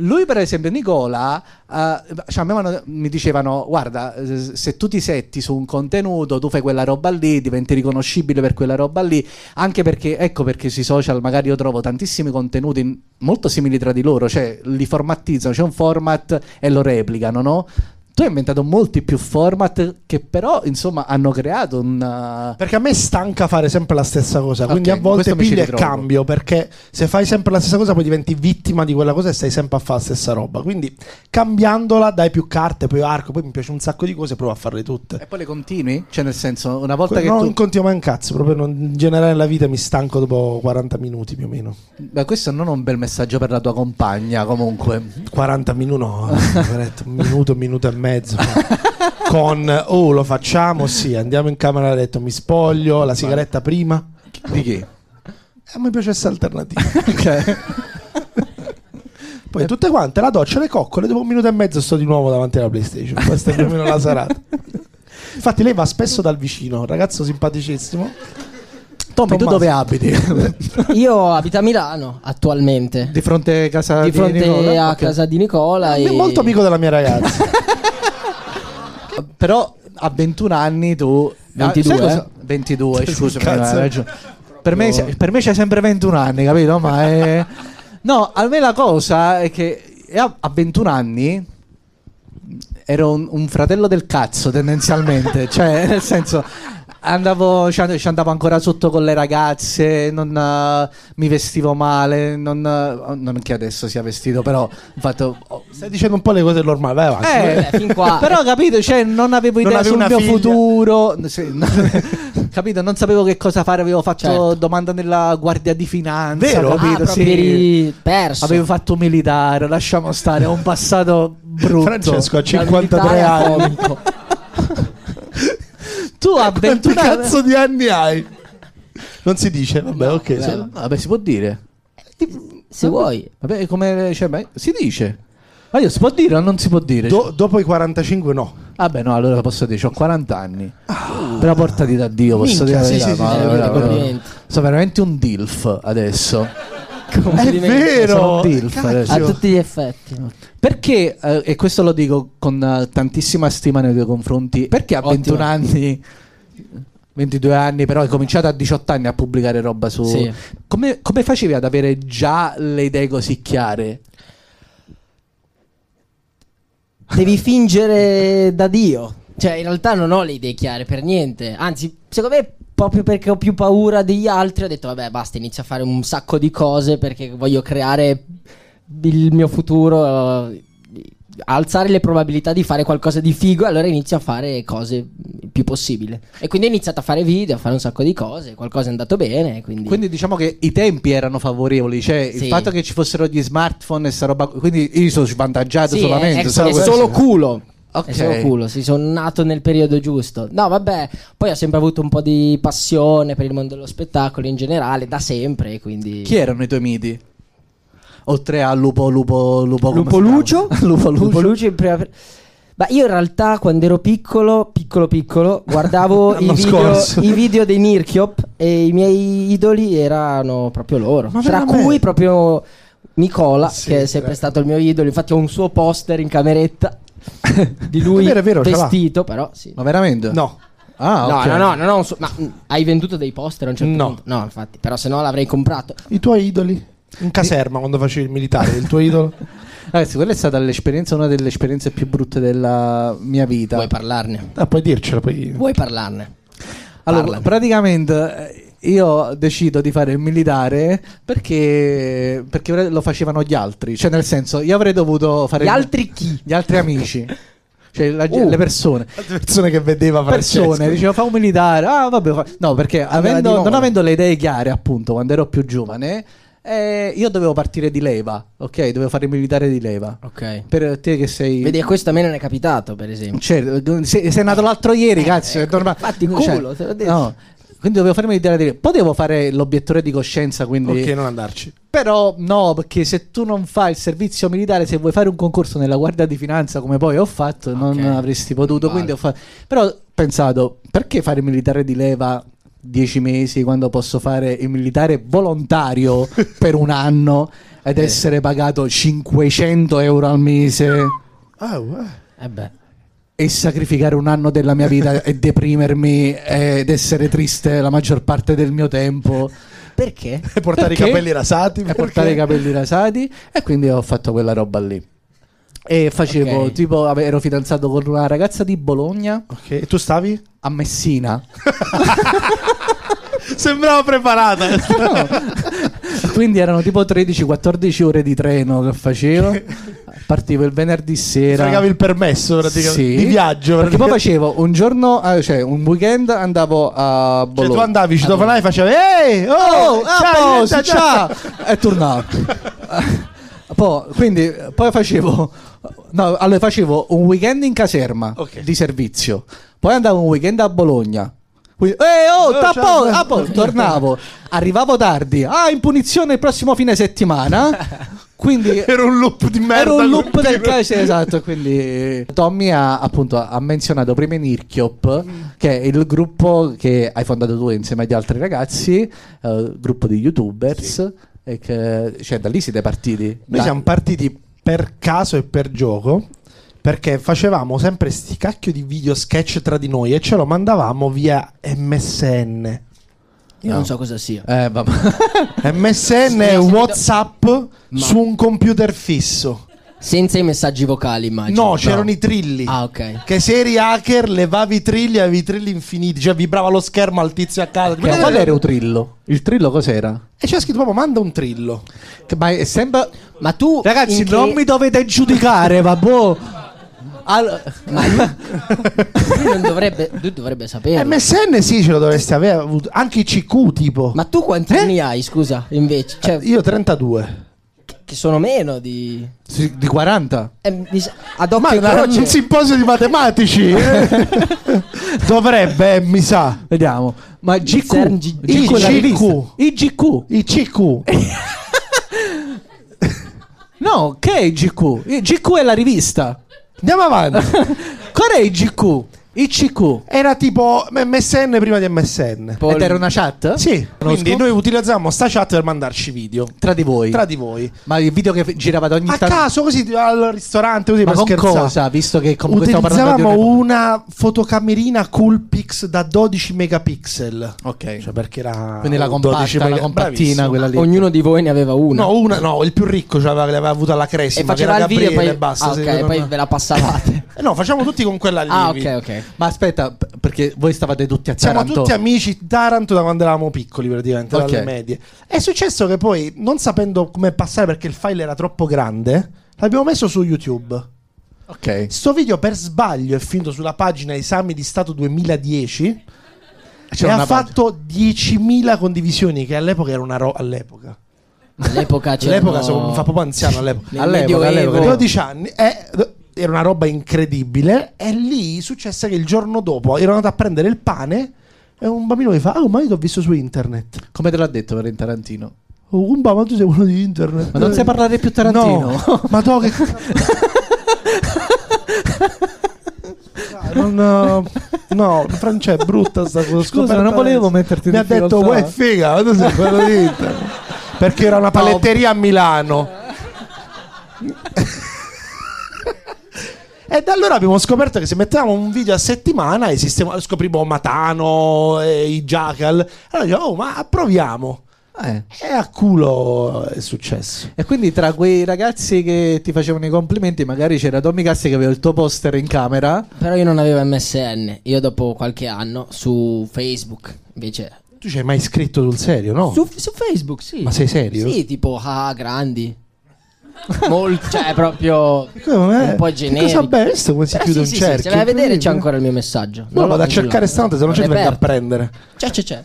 A: Lui, per esempio, Nicola, eh, cioè, a me vanno- mi dicevano: Guarda, eh, se tu ti setti su un contenuto, tu fai quella roba lì, diventi riconoscibile per quella roba lì. Anche perché, ecco perché sui social magari io trovo tantissimi contenuti in- molto simili tra di loro, cioè li formattizzano, c'è un format e lo replicano, no? Tu hai inventato molti più format che però, insomma, hanno creato un. eh,
B: Perché a me stanca fare sempre la stessa cosa,
A: Ok,
B: quindi a
A: in
B: volte
A: questo mi ci
B: piglio e
A: ritrovo.
B: cambio, perché se fai sempre la stessa cosa poi diventi vittima di quella cosa e stai sempre a fare la stessa roba. Quindi cambiandola dai più carte, poi arco, poi mi piace un sacco di cose, provo a farle
A: E
B: tutte.
A: poi le continui? Cioè, nel senso, una volta che
B: non
A: tu.
B: continuo mai un cazzo, proprio non- in generale la vita mi stanco dopo 40 minuti più o meno.
A: Beh, questo non è un bel messaggio per la tua compagna, comunque.
B: 40 minuti, no, poveretto, un minuto, un minuto e mezzo. Con, oh lo facciamo, sì, andiamo in camera da letto, mi spoglio, la sigaretta prima. Eh,
A: Di chi?
B: A me piace questa alternativa.
A: Ok.
B: Poi tutte quante, la doccia, le coccole, dopo un minuto e mezzo sto di nuovo davanti alla PlayStation. Questa è più o meno la serata. Infatti lei va spesso dal vicino, un ragazzo simpaticissimo.
A: Tommy, tu
B: Tommaso.
A: dove abiti?
C: Io abito a Milano attualmente,
A: di fronte a casa
C: di fronte
A: Nicola?
C: a
A: Ok.
C: casa di Nicola.
B: È
C: e-
B: molto amico della mia ragazza.
A: Però a 21 anni tu...
C: 22,
A: Ah, Sai cosa-
C: eh?
A: 22, scusami,
B: Cazzo.
A: hai ragione. Per me, per me c'è sempre 21 anni, capito? Ma è... No, a me la cosa è che a a 21 anni ero un, un fratello del cazzo tendenzialmente, cioè nel senso andavo, ci and- ci andavo ancora sotto con le ragazze, non, eh, mi vestivo male, non, eh, non che adesso sia vestito, però fatto, ho-
B: Stai dicendo un po' le cose normali, vai avanti.
A: eh,
C: Vabbè, fin qua.
A: Però capito, cioè, non avevo
B: Non
A: idea
B: avevi
A: sul
B: una
A: mio
B: figlia.
A: futuro. Sì, no. capito, non sapevo che cosa fare, avevo fatto
C: Certo.
A: domanda nella guardia di finanza,
B: Vero?
C: Ah,
A: capito?
C: proprio
A: sì.
C: eri perso.
A: Avevo fatto militare, lasciamo stare, ho un passato brutto.
B: Francesco ha
C: Dal
B: 53
C: militare a
B: anni.
C: comico.
A: tu a
B: Quanti
A: 21 anni
B: cazzo di anni hai? Non si dice, vabbè, ok. se-
A: Vabbè, si può dire.
C: Se vuoi.
A: Vabbè, è come cioè, ma- si dice. Ma io si può dire o non si può dire?
B: do- dopo i 45 no.
A: Vabbè, no, allora posso dire, ho 40 anni. Però portati da Dio, posso
B: Ah. Minchia,
A: dire.
B: sì,
A: la verità,
B: sì, sì,
A: ma-
B: sì,
A: ma-
C: sì,
A: ma-
C: complimenti.
A: Sono veramente un DILF adesso.
B: È
C: Complimenti.
A: Sono
B: vero. Ah,
A: un DILF
B: Cacchio.
A: adesso.
C: A tutti gli effetti.
A: Perché, eh, e questo lo dico con eh, tantissima stima nei tuoi confronti, perché a
C: Ottimo.
A: 21 anni, 22 anni, però hai cominciato a 18 anni a pubblicare roba su...
C: Sì.
A: Come, come facevi ad avere già le idee così chiare?
C: Devi fingere da Dio. Cioè, in realtà non ho le idee chiare per niente. Anzi, secondo me, proprio perché ho più paura degli altri, ho detto, vabbè, basta, inizio a fare un sacco di cose perché voglio creare il mio futuro. eh, Alzare le probabilità di fare qualcosa di figo, e allora inizio a fare cose il più possibile. E quindi ho iniziato a fare video, a fare un sacco di cose. Qualcosa è andato bene. Quindi,
A: Quindi diciamo che i tempi erano favorevoli, cioè
C: Sì.
A: il fatto che ci fossero gli smartphone e sta roba, quindi io sono svantaggiato
B: eh,
C: Sì, eh,
A: solamente.
C: è-
B: ecco,
C: è-
A: solo
C: è
A: questo.
C: solo culo.
A: Ok.
C: È solo culo, sì, sono nato nel periodo giusto. No, vabbè, poi ho sempre avuto un po' di passione per il mondo dello spettacolo in generale, da sempre, quindi...
A: Chi erano i tuoi miti? Oltre a Lupo Lupo Lupo come
C: Lupo
A: si chiama?
C: Lucio?
A: Lupo Lucio.
C: Lupo Lucio in prima... Ma io in realtà quando ero piccolo, piccolo piccolo, guardavo i
B: L'anno
C: video,
B: scorso.
C: i video dei Nirchiop e i miei idoli erano proprio loro.
B: Ma
C: Tra
B: veramente?
C: cui proprio Nicola,
B: Sì,
C: che è sempre
B: eh.
C: stato il mio idolo, infatti ho un suo poster in cameretta di lui
B: È vero, è vero, ce l'ha.
C: vestito, però sì.
A: Ma veramente?
B: No.
A: Ah,
C: no,
A: ok.
C: no, no, no, no, un suo- ma mm, hai venduto dei poster a un certo
B: No.
C: punto? No, infatti, però se no l'avrei comprato.
B: I tuoi idoli? In caserma quando facevi il militare, il tuo idolo?
A: Ragazzi, quella è stata l'esperienza, una delle esperienze più brutte della mia vita.
C: Vuoi parlarne?
B: Ah, puoi dircelo poi.
C: Vuoi parlarne?
A: Allora,
C: Parlane.
A: praticamente eh, io decido di fare il militare perché, perché lo facevano gli altri. Cioè, nel senso, io avrei dovuto fare.
C: Gli
A: il-
C: altri chi?
A: Gli altri amici. Cioè, la-
C: Uh.
A: le persone.
B: Altre persone che vedeva Francesco.
A: persone, dicevo fa un militare, ah vabbè, fa- no perché avendo-
C: di nuovo.
A: non avendo le idee chiare appunto quando ero più giovane, eh, io dovevo partire di leva, ok? Dovevo fare il militare di leva.
C: Ok.
A: Per te che sei...
C: Vedi, questo a me non è capitato, per esempio.
A: Cioè, sei, sei nato l'altro ieri, cazzo, è normale.
C: Eh, ecco,
A: Cioè,
C: infatti, culo, te l'ho detto.
A: no. Quindi dovevo fare il militare di leva. Potevo fare l'obiettore di coscienza, quindi...
B: Ok, non andarci.
A: Però no, perché se tu non fai il servizio militare, se vuoi fare un concorso nella Guardia di Finanza come poi ho fatto, non
C: Ok.
A: avresti potuto.
C: Vale.
A: Quindi ho fa- Però ho pensato, perché fare il militare di leva dieci mesi quando posso fare il militare volontario per un anno ed essere pagato 500 euro al mese
B: Ah, uè.
C: Eh beh.
A: e sacrificare un anno della mia vita e deprimermi eh, ed essere triste la maggior parte del mio tempo
C: Perché?
B: E portare
A: Perché?
B: i capelli rasati.
A: e portare i capelli rasati e quindi ho fatto quella roba lì e facevo
C: Ok.
A: tipo ave- ero fidanzato con una ragazza di Bologna
B: Ok, e tu stavi?
A: a Messina
B: Sembrava preparata.
A: quindi erano tipo 13-14 ore di treno che facevo partivo il venerdì sera
B: Fregavi il permesso praticamente.
A: Sì.
B: Di viaggio.
A: Perché poi
B: praticamente.
A: facevo un giorno, eh, cioè un weekend andavo a
B: Cioè,
A: Bologna.
B: tu andavi, citofonavi e facevi Ehi,
A: Oh,
B: oh,
A: a
B: ciao,
A: posto,
B: ciao, ciao.
A: ciao. È tornato. Eh, poi, quindi, poi facevo, no, allora facevo un weekend in caserma
B: Ok.
A: di servizio, poi andavo un weekend a Bologna. Quindi, eh, oh,
B: Oh,
A: t'ha
B: ciao,
A: po-
B: ciao.
A: ah, po- tornavo, arrivavo tardi, ah, in punizione il prossimo fine settimana. Quindi
B: Era un loop di merda.
A: era un loop del
B: continuo.
A: calcio, esatto. Quindi Tommy ha appunto ha menzionato prima in Irchiop, che è il gruppo che hai fondato tu insieme agli altri ragazzi, eh, gruppo di youtubers. E che, cioè, da lì siete partiti.
B: Noi
A: Da-
B: siamo partiti per caso e per gioco perché facevamo sempre sti cacchio di video sketch tra di noi e ce lo mandavamo via MSN.
C: Io non so cosa sia.
A: Eh, vabbè.
B: MSN è WhatsApp su un computer fisso.
C: Senza i messaggi vocali,
A: Ah,
C: immagino.
B: No,
A: certo.
B: c'erano i trilli.
C: Ah, ok.
B: Che se eri hacker levavi i trilli e avevi i trilli infiniti, cioè vibrava lo schermo al tizio a casa.
A: Che- qual era il trillo? Il trillo cos'era?
B: E c'è scritto proprio manda un trillo.
A: Che- Ma è sempre.
C: Ma tu.
A: Ragazzi,
C: in che-
A: non mi dovete giudicare, vabbò. Al-
C: Lui non dovrebbe. Lui dovrebbe
B: Eh,
C: saperlo.
B: MSN sì ce lo dovresti avere avuto, anche i CQ tipo.
C: Ma tu quanti anni hai, scusa? Invece, cioè,
B: Io 32.
C: che sono meno di.
A: Sì, di 40.
C: Eh, mi sa- Ad occhio
B: Ma
C: e
B: era
C: croce.
B: un simposio di matematici. Eh. Dovrebbe, eh, mi sa.
A: Vediamo. Ma GQ.
C: CERN G-
A: GQ è la
B: IGQ.
A: rivista. IGQ.
B: I CQ.
A: No, che è il GQ? Il GQ è la rivista.
B: Andiamo avanti.
A: Qual è il GQ? Il CQ.
B: Era tipo MSN prima di MSN.
C: Poi-
A: Ed era una chat?
B: Sì. Quindi noi utilizzavamo sta chat per mandarci video.
A: Tra di voi.
B: Tra di voi.
A: Ma il video che giravate ogni
B: A
A: tanto.
B: caso così al ristorante così
A: Ma
B: per
A: con
B: scherzare.
A: cosa? Visto che comunque stiamo parlando di
B: Utilizzavamo
A: un-
B: una fotocamerina Coolpix da 12 megapixel.
A: Ok.
B: Cioè perché era
A: ecco, Quindi la
B: 12
A: compatta,
B: mega-
A: la compattina,
B: Bravissimo.
A: quella lì.
C: Ognuno di voi ne aveva una.
B: No, una no, il più ricco cioè, aveva- l'aveva avuta alla
C: e
B: Cresima
C: faceva
B: che
C: il
B: era
C: video e
B: Gabriele
C: poi.
B: e basta.
C: ah,
B: sì,
C: ok,
B: no,
C: poi
B: no.
C: ve la passavate.
B: Eh No, facciamo tutti con quella lì.
C: ah, ok, ok.
A: Ma aspetta, p- perché voi stavate tutti a
B: Siamo
A: Taranto.
B: tutti amici Taranto da quando eravamo piccoli, praticamente,
A: Ok.
B: dalle medie. È successo che poi, non sapendo come passare perché il file era troppo grande, l'abbiamo messo su YouTube.
A: Ok.
B: Sto video per sbaglio è finito sulla pagina Esami di Stato
C: Eh,
B: 2010
A: C'era
B: e
A: una
B: ha fatto 10.000 condivisioni, che all'epoca era una ro- all'epoca.
C: All'epoca c'era.
B: All'epoca sono, mi fa proprio anziano all'epoca.
C: Nel
A: All'epoca,
C: Medioevo.
A: all'epoca.
B: 12 anni eh, d- era una roba incredibile e lì successe che il giorno dopo ero andato a prendere il pane e un bambino mi fa "Ah, ma io ti ho visto su internet".
A: Come te l'ha detto per in Tarantino?
B: Oh, Gumba, ma tu sei uno di internet.
A: Ma non sai parlare più Tarantino?
B: Eh, No. ma tu che Non, eh, no, Francia è brutta sta cosa.
A: Scusa,
B: scoperta
A: non volevo
B: adesso.
A: metterti in
B: Mi ha detto,
A: difficoltà.
B: uè, figa, ma tu sei quello di internet". Perché era una paletteria a Milano. E da allora abbiamo scoperto che se mettevamo un video a settimana esisteva- scoprivo Matano e i Jackal. Allora dicevo, oh, ma proviamo.
A: Eh.
B: E a culo è successo.
A: E quindi tra quei ragazzi che ti facevano i complimenti, magari c'era Tommy Cassi che aveva il tuo poster in camera.
C: Però io non avevo MSN. Io dopo qualche anno su Facebook invece.
B: Tu ci hai mai scritto sul serio, no?
C: Su, su Facebook, sì.
B: Oh. Ma sei serio?
C: Sì, tipo ah, grandi. Molto, cioè, proprio.
B: Come?
C: Un po' generico.
B: Cosa bello, visto come si
C: Eh,
B: chiude
C: sì,
B: un
C: sì, sì,
B: cerchio?
C: Se vai a vedere c'è
B: Incredibile.
C: ancora il mio messaggio.
B: No,
C: Non l'ho
B: vado a
C: cancellato.
B: cercare stanotte, se no
C: L'ho
B: ci ti vengo a
C: reperto.
B: prendere.
C: C'è, c'è, c'è.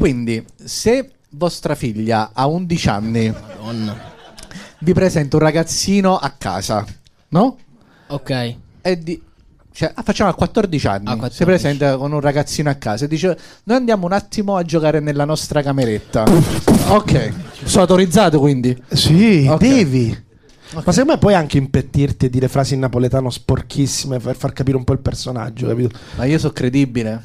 A: Quindi, se vostra figlia ha 11 anni,
C: Madonna.
A: vi presenta un ragazzino a casa, no?
C: Ok.
A: E di- cioè, ah, facciamo a 14 anni.
C: A 14.
A: Si presenta con un ragazzino a casa e dice: Noi andiamo un attimo a giocare nella nostra cameretta. ok, sono autorizzato quindi.
B: Sì,
A: Ok.
B: devi. Ma secondo me puoi anche impettirti e dire frasi in napoletano sporchissime per far capire un po' il personaggio, capito?
A: Ma io sono credibile.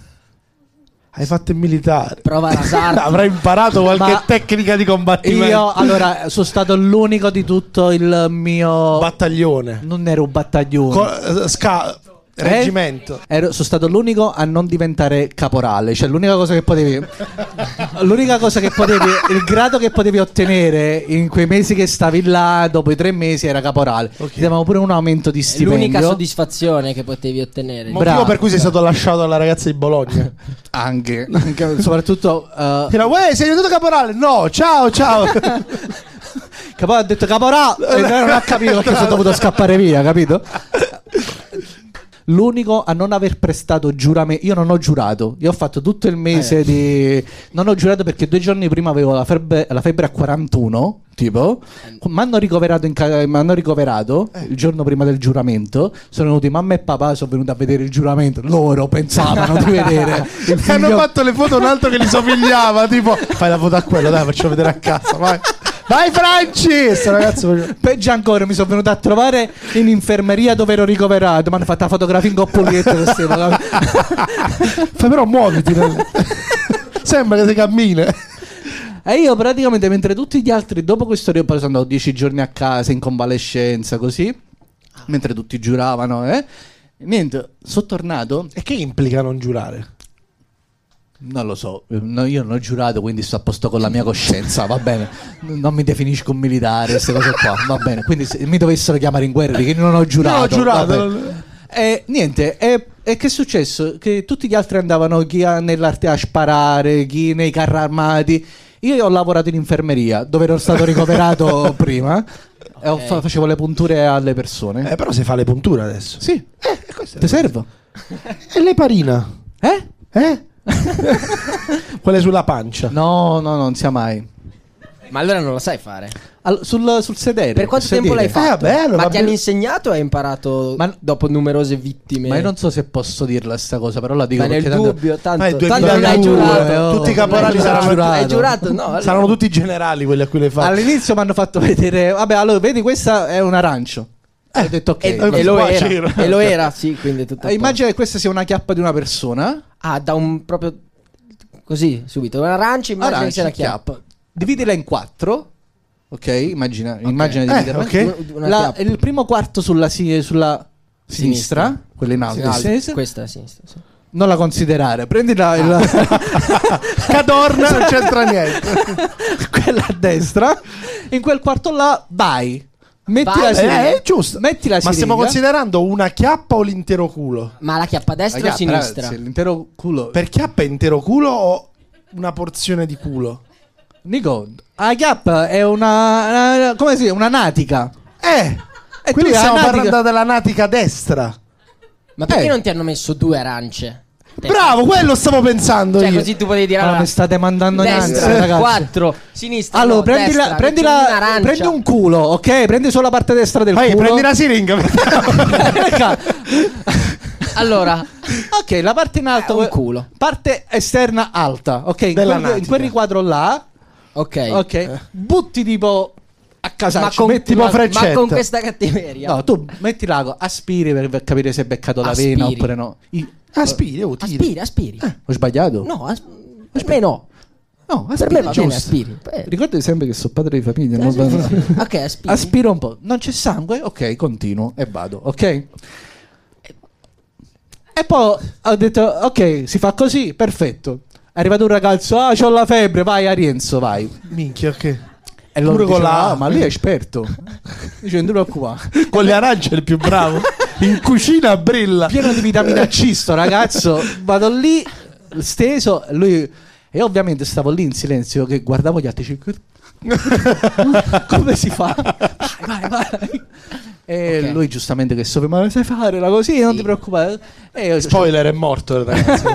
B: Hai fatto il militare.
C: Prova a rasarti.
B: Avrai imparato qualche
A: Ma
B: tecnica di combattimento.
A: Io, allora, sono stato l'unico di tutto il mio.
B: Battaglione.
A: non ero un battaglione.
B: Co- eh, Sca...
A: Eh?
B: Reggimento.
A: Ero- sono stato l'unico a non diventare caporale, cioè l'unica cosa che potevi, l'unica cosa che potevi, il grado che potevi ottenere in quei mesi che stavi là, dopo i tre mesi era caporale. Ti davano pure un aumento di
C: È l'unica
A: stipendio.
C: soddisfazione che potevi ottenere.
B: Motivo
A: Bravo.
B: per cui sei stato lasciato dalla ragazza di Bologna.
A: Anche, anche- soprattutto, eh,
B: Era, uè, sei diventato caporale? No, ciao, ciao.
A: capo- ha detto caporale e noi non ha capito perché sono dovuto scappare via, capito? L'unico a non aver prestato giuramento, io non ho giurato, io ho fatto tutto il mese
B: Eh.
A: di... Non ho giurato perché due giorni prima avevo la febbre, la febbre a 41, tipo, mi hanno ricoverato, in ca- m'hanno ricoverato
B: Eh.
A: il giorno prima del giuramento, sono venuti mamma e papà, sono venuti a vedere il giuramento, loro pensavano di vedere il
B: E hanno
A: figlio-
B: fatto le foto a un altro che li somigliava. Tipo, fai la foto a quello, dai, faccio vedere a casa. Vai, vai Franci. E sto ragazzo faceva-
A: Peggio ancora, mi sono venuto a trovare in infermeria dove ero ricoverato. Mi hanno fatto la fotografia in coppulietta. che stavo-
B: Fai, però, muoviti. nel- Sembra che si cammina.
A: e io praticamente, mentre tutti gli altri, dopo questo, io poi sono andato dieci giorni a casa in convalescenza, così, mentre tutti giuravano, eh. Niente, sono tornato,
B: E che implica non giurare?
A: non lo so, no, io non ho giurato, quindi sto a posto con la mia coscienza, va bene. N- Non mi definisco un militare, queste cose qua, va bene. Quindi se mi dovessero chiamare in guerra, che non ho giurato.
B: No, ho giurato.
A: va bene. E niente, e, e che è successo? Che tutti gli altri andavano chi a- nell'arte a sparare, chi nei carri armati. Io ho lavorato in infermeria, dove ero stato ricoverato prima, eh. e ho fa- facevo le punture alle persone.
B: Eh, però si fa le punture adesso.
A: Sì, ti servo?
B: E le parina?
A: Eh?
B: Eh? Quelle sulla pancia.
A: No, no, no, non sia mai.
C: Ma allora non lo sai fare.
A: Al- sul, sul sedere.
C: Per quanto
A: sul
C: tempo l'hai
A: sedere.
B: Eh,
C: fatto?
B: vabbè, allora
C: ma
B: va
C: ti hanno
B: bene.
C: insegnato o hai imparato
A: Ma-
C: dopo numerose vittime?
A: Ma io non so se posso dirla sta cosa, però la dico
C: Ma nel
A: perché tanto-
C: dubbio,
B: Ma è
C: tanto, tanto non hai
B: 2002,
C: giurato.
B: eh, oh. Tutti i
C: Non hai
B: caporali
C: giurato.
B: saranno-
C: Hai giurato? No, allora-
B: Saranno tutti generali quelli a cui le fai.
A: All'inizio mi hanno fatto vedere, vabbè, allora vedi questa è un arancio.
C: Eh,
A: E ho detto ok.
C: E,
A: va
C: e
A: bene.
C: lo
B: Qua
C: era,
B: c'era.
C: e lo era, sì, quindi tutto a
A: Eh,
C: posto.
A: immagina che questa sia una chiappa di una persona.
C: Ah, da un proprio così, subito. Un arancio, immagina che
A: Arancia,
C: c'è la
A: chiappa.
C: chiappa.
A: Dividila in quattro. Ok, immagina, immagina di
B: Eh,
A: dividerla.
B: ok.
C: Un- una
A: La- eh,
C: chiappa.
A: il primo quarto sulla, si- sulla sinistra,
C: Sinistra.
A: quella in alto,
C: Sì, alto.
A: distesa,
C: Questa è la sinistra. sì.
A: non la considerare. Prendila il-
C: Ah.
B: Cadorna, non c'entra niente.
A: quella a destra. In quel quarto là, vai. Metti la
C: Vai.
A: siringa.
B: Eh, è giusto.
A: Metti la
B: Ma stiamo
A: siringa.
B: considerando una chiappa o l'intero culo?
C: Ma la chiappa a destra
A: La
C: o a
A: chiappa,
C: sinistra?
A: ragazzi, l'intero culo.
B: Per chiappa è intero culo o una porzione di culo?
A: Nico, la chiappa è una, una- come si dice, una natica.
B: Eh!
A: E
B: quindi
A: tu la
B: stiamo
A: natica-
B: parlando della natica destra.
C: Ma perché
A: Eh.
C: non ti hanno messo due arance? Te-
B: Bravo, quello stavo pensando
C: Cioè,
B: io.
C: così tu potevi dire
A: Ma
C: allora,
A: mi state mandando
C: destra,
A: niente, eh, ragazzi.
C: 4, sinistra,
A: Allora,
C: no,
A: prendi, la-
C: destra,
A: prendi
C: c'è
A: la-
C: un'arancia.
A: prendi un culo, ok? Prendi solo la parte destra del
B: Vai,
A: culo.
B: prendi la siringa.
A: Raga,
C: Allora,
A: ok, la parte in alto.
C: Eh, un culo.
A: Parte esterna alta, ok? In
B: Della
A: quel, in
B: natica.
A: quel riquadro là,
C: ok.
A: ok? Butti tipo a
C: Ma
A: casaccio,
C: con,
A: metti
B: tipo
C: ma-
B: freccetta.
C: ma con questa cattiveria.
A: No, tu metti l'ago, aspiri per, per capire se hai beccato la
C: Aspiri.
A: vena oppure no. I-
B: Aspiri, oh, è utile.
C: aspiri, aspiri.
A: ho sbagliato?
C: No, as- per me no.
A: no
C: Per
A: aspiri,
C: me va bene,
A: giusto.
C: aspiri. Eh,
A: Ricordi sempre che sono padre di famiglia.
C: eh,
A: non
C: sì,
A: va-
C: sì. Ok, aspiri.
A: Aspiro un po'. Non c'è sangue? Ok, continuo e vado, ok? E poi ho detto, ok, si fa così, perfetto. È arrivato un ragazzo, ah, c'ho la febbre, vai Arienzo, vai.
B: Minchia, che.
A: E loro
B: Pure con
A: dicevano,
B: la-
A: "Ah, ma lui è esperto. Dice, non ti preoccupare.
B: Con le arance è il più bravo. In cucina brilla.
A: pieno di vitamina C sto ragazzo vado lì steso lui e ovviamente stavo lì in silenzio che guardavo gli altri cinque come si fa vai vai vai e
C: Ok.
A: lui giustamente che so ma lo sai fare la così non
C: Sì.
A: ti preoccupare e io ci ho-
B: Spoiler, è morto, ragazzi.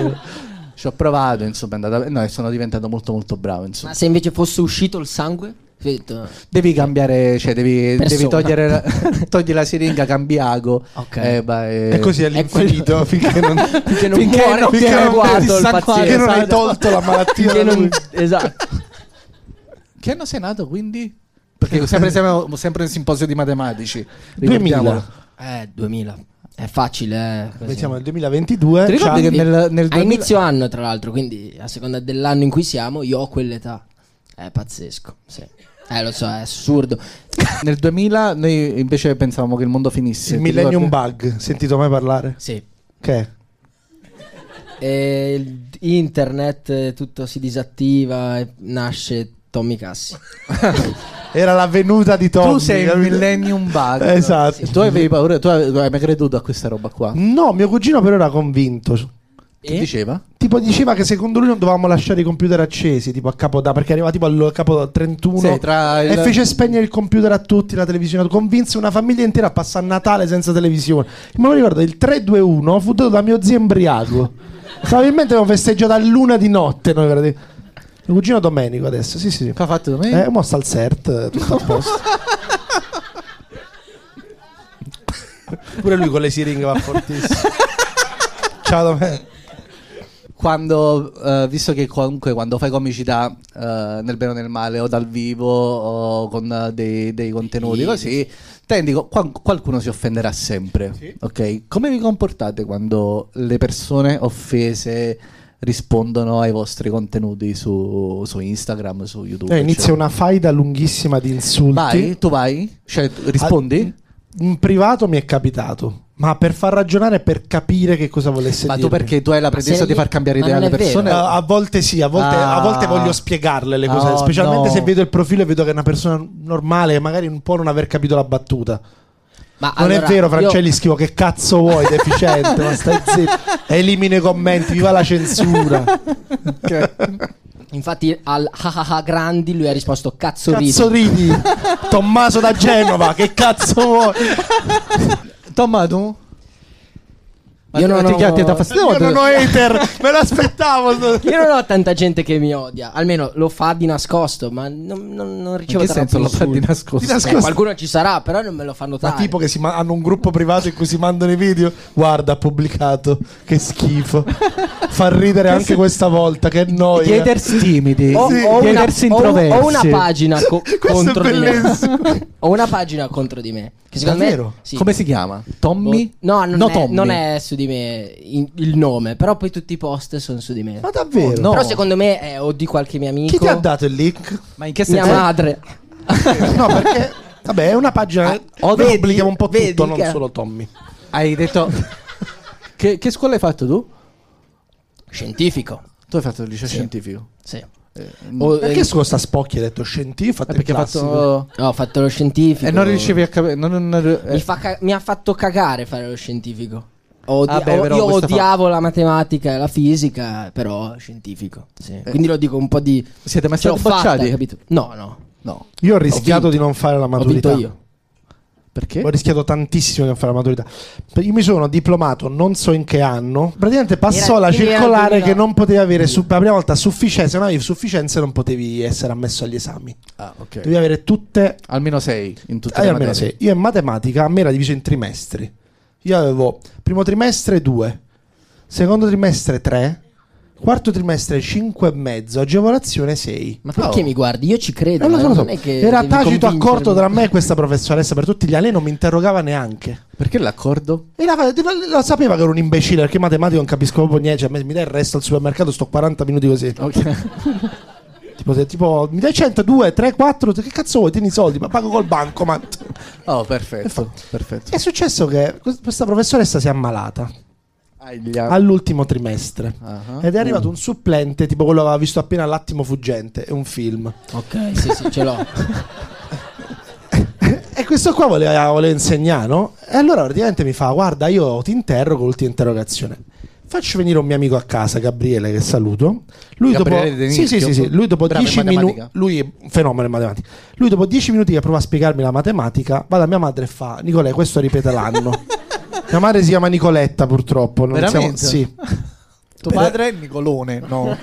A: ci ho provato insomma è andata- no, sono diventato molto molto bravo insomma
C: Ma se invece fosse uscito il sangue? Sì, tu-
A: devi cambiare cioè devi,
C: Persona.
A: devi togliere la, togli la siringa cambiago
C: Ok.
A: eh, vai,
B: è così
A: Ecco.
C: all'infinito,
B: all'infinito finché non,
C: Finché non
A: Finché
C: muore,
A: non
C: finché
A: viene
C: non guardo il
A: dissanguato.
C: paziente.
A: Finché non hai
B: hai tolto la malattia.
C: Finché non- Esatto.
A: Che anno sei nato quindi? Perché sempre siamo sempre in simposio di matematici.
B: 2000.
A: ricordiamolo.
C: Eh, 2000. È facile, eh, così.
B: Noi siamo nel 2022.
A: Ti ricordi
B: c'ha-
A: che nel- nel
C: a
A: 2000
C: inizio anno, tra l'altro, quindi a seconda dell'anno in cui siamo, io ho quell'età. È pazzesco, sì. Eh, lo so, è assurdo.
A: Nel 2000 noi invece pensavamo che il mondo finisse.
B: il
A: ti
B: Millennium
A: ricordi?
B: Bug, sentito mai parlare?
C: Sì.
B: Che è?
C: E il- internet, eh, tutto si disattiva e nasce Tommy Cassi.
B: Era la venuta di Tommy.
A: Tu sei il
B: capito?
A: Millennium Bug.
B: Esatto.
A: Tu avevi paura, tu avevi- hai mai creduto a questa roba qua?
B: No, mio cugino però era convinto.
A: Che diceva?
B: Tipo diceva che secondo lui non dovevamo lasciare i computer accesi, tipo a capodanno, perché arriva tipo al capo 31
A: Sì, tra il-
B: e fece spegnere il computer a tutti, la televisione, convinse una famiglia intera a passare Natale senza televisione. Ma mi ricordo, il 321 fu dato da mio zio embriaco. Probabilmente abbiamo festeggiato a luna di notte. Noi, veramente. il cugino Domenico adesso, sì sì. sì.
A: Che ha fatto domenica?
B: Eh, mo sta al CERT, tutto a posto. Pure lui con le siringhe va fortissimo. Ciao Domenico.
A: Quando, eh, visto che comunque quando fai comicità eh, nel bene o nel male o dal vivo o con eh, dei, dei contenuti
C: Sì,
A: così, tendi co- qual- qualcuno si offenderà sempre. Ok? Come vi comportate quando le persone offese rispondono ai vostri contenuti su, su Instagram, su YouTube?
B: Eh, inizia una faida lunghissima di insulti.
A: Vai, tu vai? Cioè,
B: Ah,
A: tu
B: mm,
A: rispondi?
B: In privato mi è capitato, ma per far ragionare, e per capire che cosa volesse
A: Ma tu
B: dire.
A: perché tu hai la pretesa
C: se-
A: di far cambiare
C: ma
A: idea
C: non
A: alle
C: è vero.
A: persone?
B: a volte sì, a volte,
A: Ah.
B: a volte voglio spiegarle le cose,
A: Oh,
B: specialmente
A: no.
B: se vedo il profilo e vedo che è una persona normale, magari un po' non aver capito la battuta.
C: Ma
B: Non
C: allora,
B: è vero,
C: io-
B: Francelli, scrivo che cazzo vuoi, deficiente, ma stai zitto. Elimina i commenti, viva la censura.
C: Infatti al hahaha Grandi lui ha risposto cazzo ridi.
B: Cazzo ridi, Tommaso da Genova, che cazzo vuoi?
A: Tommaso? tu? Ma
C: Io
A: ti-
C: non
A: ti,
C: ho-
A: ti- ti dà fastidio
B: Io
A: quando-
B: non ho hater, me l'aspettavo.
C: Io non ho tanta gente che mi odia, almeno lo fa di nascosto, ma non, non, non
A: In
C: ricevo
A: che
C: troppi
A: senso lo fa
C: insulti.
A: di nascosto?
B: Di nascosto.
C: Eh, qualcuno ci sarà, però non me lo fa
B: Ma
C: notare.
B: tipo che si ma- hanno un gruppo privato in cui si mandano i video. Guarda, ha pubblicato. Che schifo. Fa ridere anche questa volta. Che noia.
A: Gli haters timidi,
C: ho,
B: Sì.
C: ho
A: gli
C: una,
A: haters
C: ho un-
A: introversi.
C: ho una pagina co-
B: Questo è
C: contro di
B: bellissimo.
C: me. ho una pagina contro di me. Che secondo
B: Davvero?
C: me sì.
A: Come si chiama? Tommy?
C: Boh. No, non, è,
A: Tommy.
C: non è su di me in- il nome, però poi tutti i post sono su di me.
B: Ma davvero?
A: no.
C: Però secondo me è o di qualche mio amico.
B: Chi ti ha dato il link?
A: Ma in che
C: Mia
A: senso?
C: madre.
B: no, perché. Vabbè, è una pagina.
A: o
B: dove
A: vedi-
B: pubblichiamo un po'
C: Ah, oh, vedi
B: tutto, non
C: che-
B: solo Tommy.
A: Hai detto... che, che scuola hai fatto tu?
C: Scientifico.
A: Tu hai fatto il liceo scientifico.
C: Sì.
B: Oh, perché su questa spocchia hai detto scientifico?
A: Eh, perché hai fatto...
C: No, ho fatto lo scientifico.
A: E non riuscivi a capire... non- non- non- eh,
C: Mi, fa ca- mi ha fatto cagare fare lo scientifico. Odi-
A: Vabbè,
C: o-
A: però
C: io
A: questa fa-
C: odiavo la matematica e la fisica, però scientifico.
B: Eh.
C: sì. Quindi lo dico un po' di.
A: Siete mai
C: ce l'ho
A: stati
C: fatta,
A: bocciati?
C: capito? No, no.
A: No.
B: Io ho rischiato di non fare la
C: Ho
B: maturità.
C: vinto io.
A: Perché?
B: Ho rischiato tantissimo di non fare la maturità. Io mi sono diplomato non so in che anno. Praticamente passò
C: Era-
B: la
C: quindi era
B: circolare
C: 2000.
B: che non potevi avere su- per la prima volta sufficienza. Se non avevi sufficienza, non potevi essere ammesso agli esami.
A: Ah, ok.
B: Dovevi avere tutte.
A: Almeno sei in tutte
B: eh,
A: le
B: almeno
A: materie.
B: sei. Io in matematica a me era diviso in trimestri. Io avevo primo trimestre 2, secondo trimestre 3, quarto trimestre 5 e mezzo, agevolazione 6.
C: Ma perché mi guardi? Io ci credo.
B: Non lo so,
C: eh,
B: lo so.
C: non è che
B: Era
C: devi
B: tacito
C: convincermi.
B: accordo tra me e questa professoressa per tutti gli anni, non mi interrogava neanche.
A: Perché l'accordo?
B: E la, la- la sapeva che ero un imbecille perché in matematica non capisco proprio niente. Cioè, a me mi dai il resto al supermercato, sto 40 minuti così.
C: Oh.
B: Tipo, se- tipo, mi dai 100, 2, 3, 4. Che cazzo vuoi? Tieni i soldi, ma pago col banco. Ma...
A: Oh, perfetto. perfetto.
B: È successo che que- questa professoressa si è ammalata
A: Aia.
B: all'ultimo trimestre.
A: Ah.
B: Ed è arrivato un supplente, tipo quello che aveva visto appena L'attimo fuggente, è un film.
C: Ok, sì, sì, ce l'ho.
B: E questo qua voleva, voleva insegnare, no? E allora praticamente mi fa: Guarda, io ti interrogo, l'ultima interrogazione. Faccio venire un mio amico a casa, Gabriele, che saluto. Lui
A: Gabriele De
B: dopo, sì, sì,
A: Nicchio?
B: sì, sì. Lui dopo
A: Bravo in
B: 10 minuti.
A: matematica.
B: Lui è un fenomeno in matematica. Lui dopo 10 minuti che prova a spiegarmi la matematica, va da mia madre e fa: Nicolè, questo ripete l'anno. mia madre si chiama Nicoletta, purtroppo. Non siamo-
A: Veramente?
B: sì.
A: Tuo padre è Nicolone, no.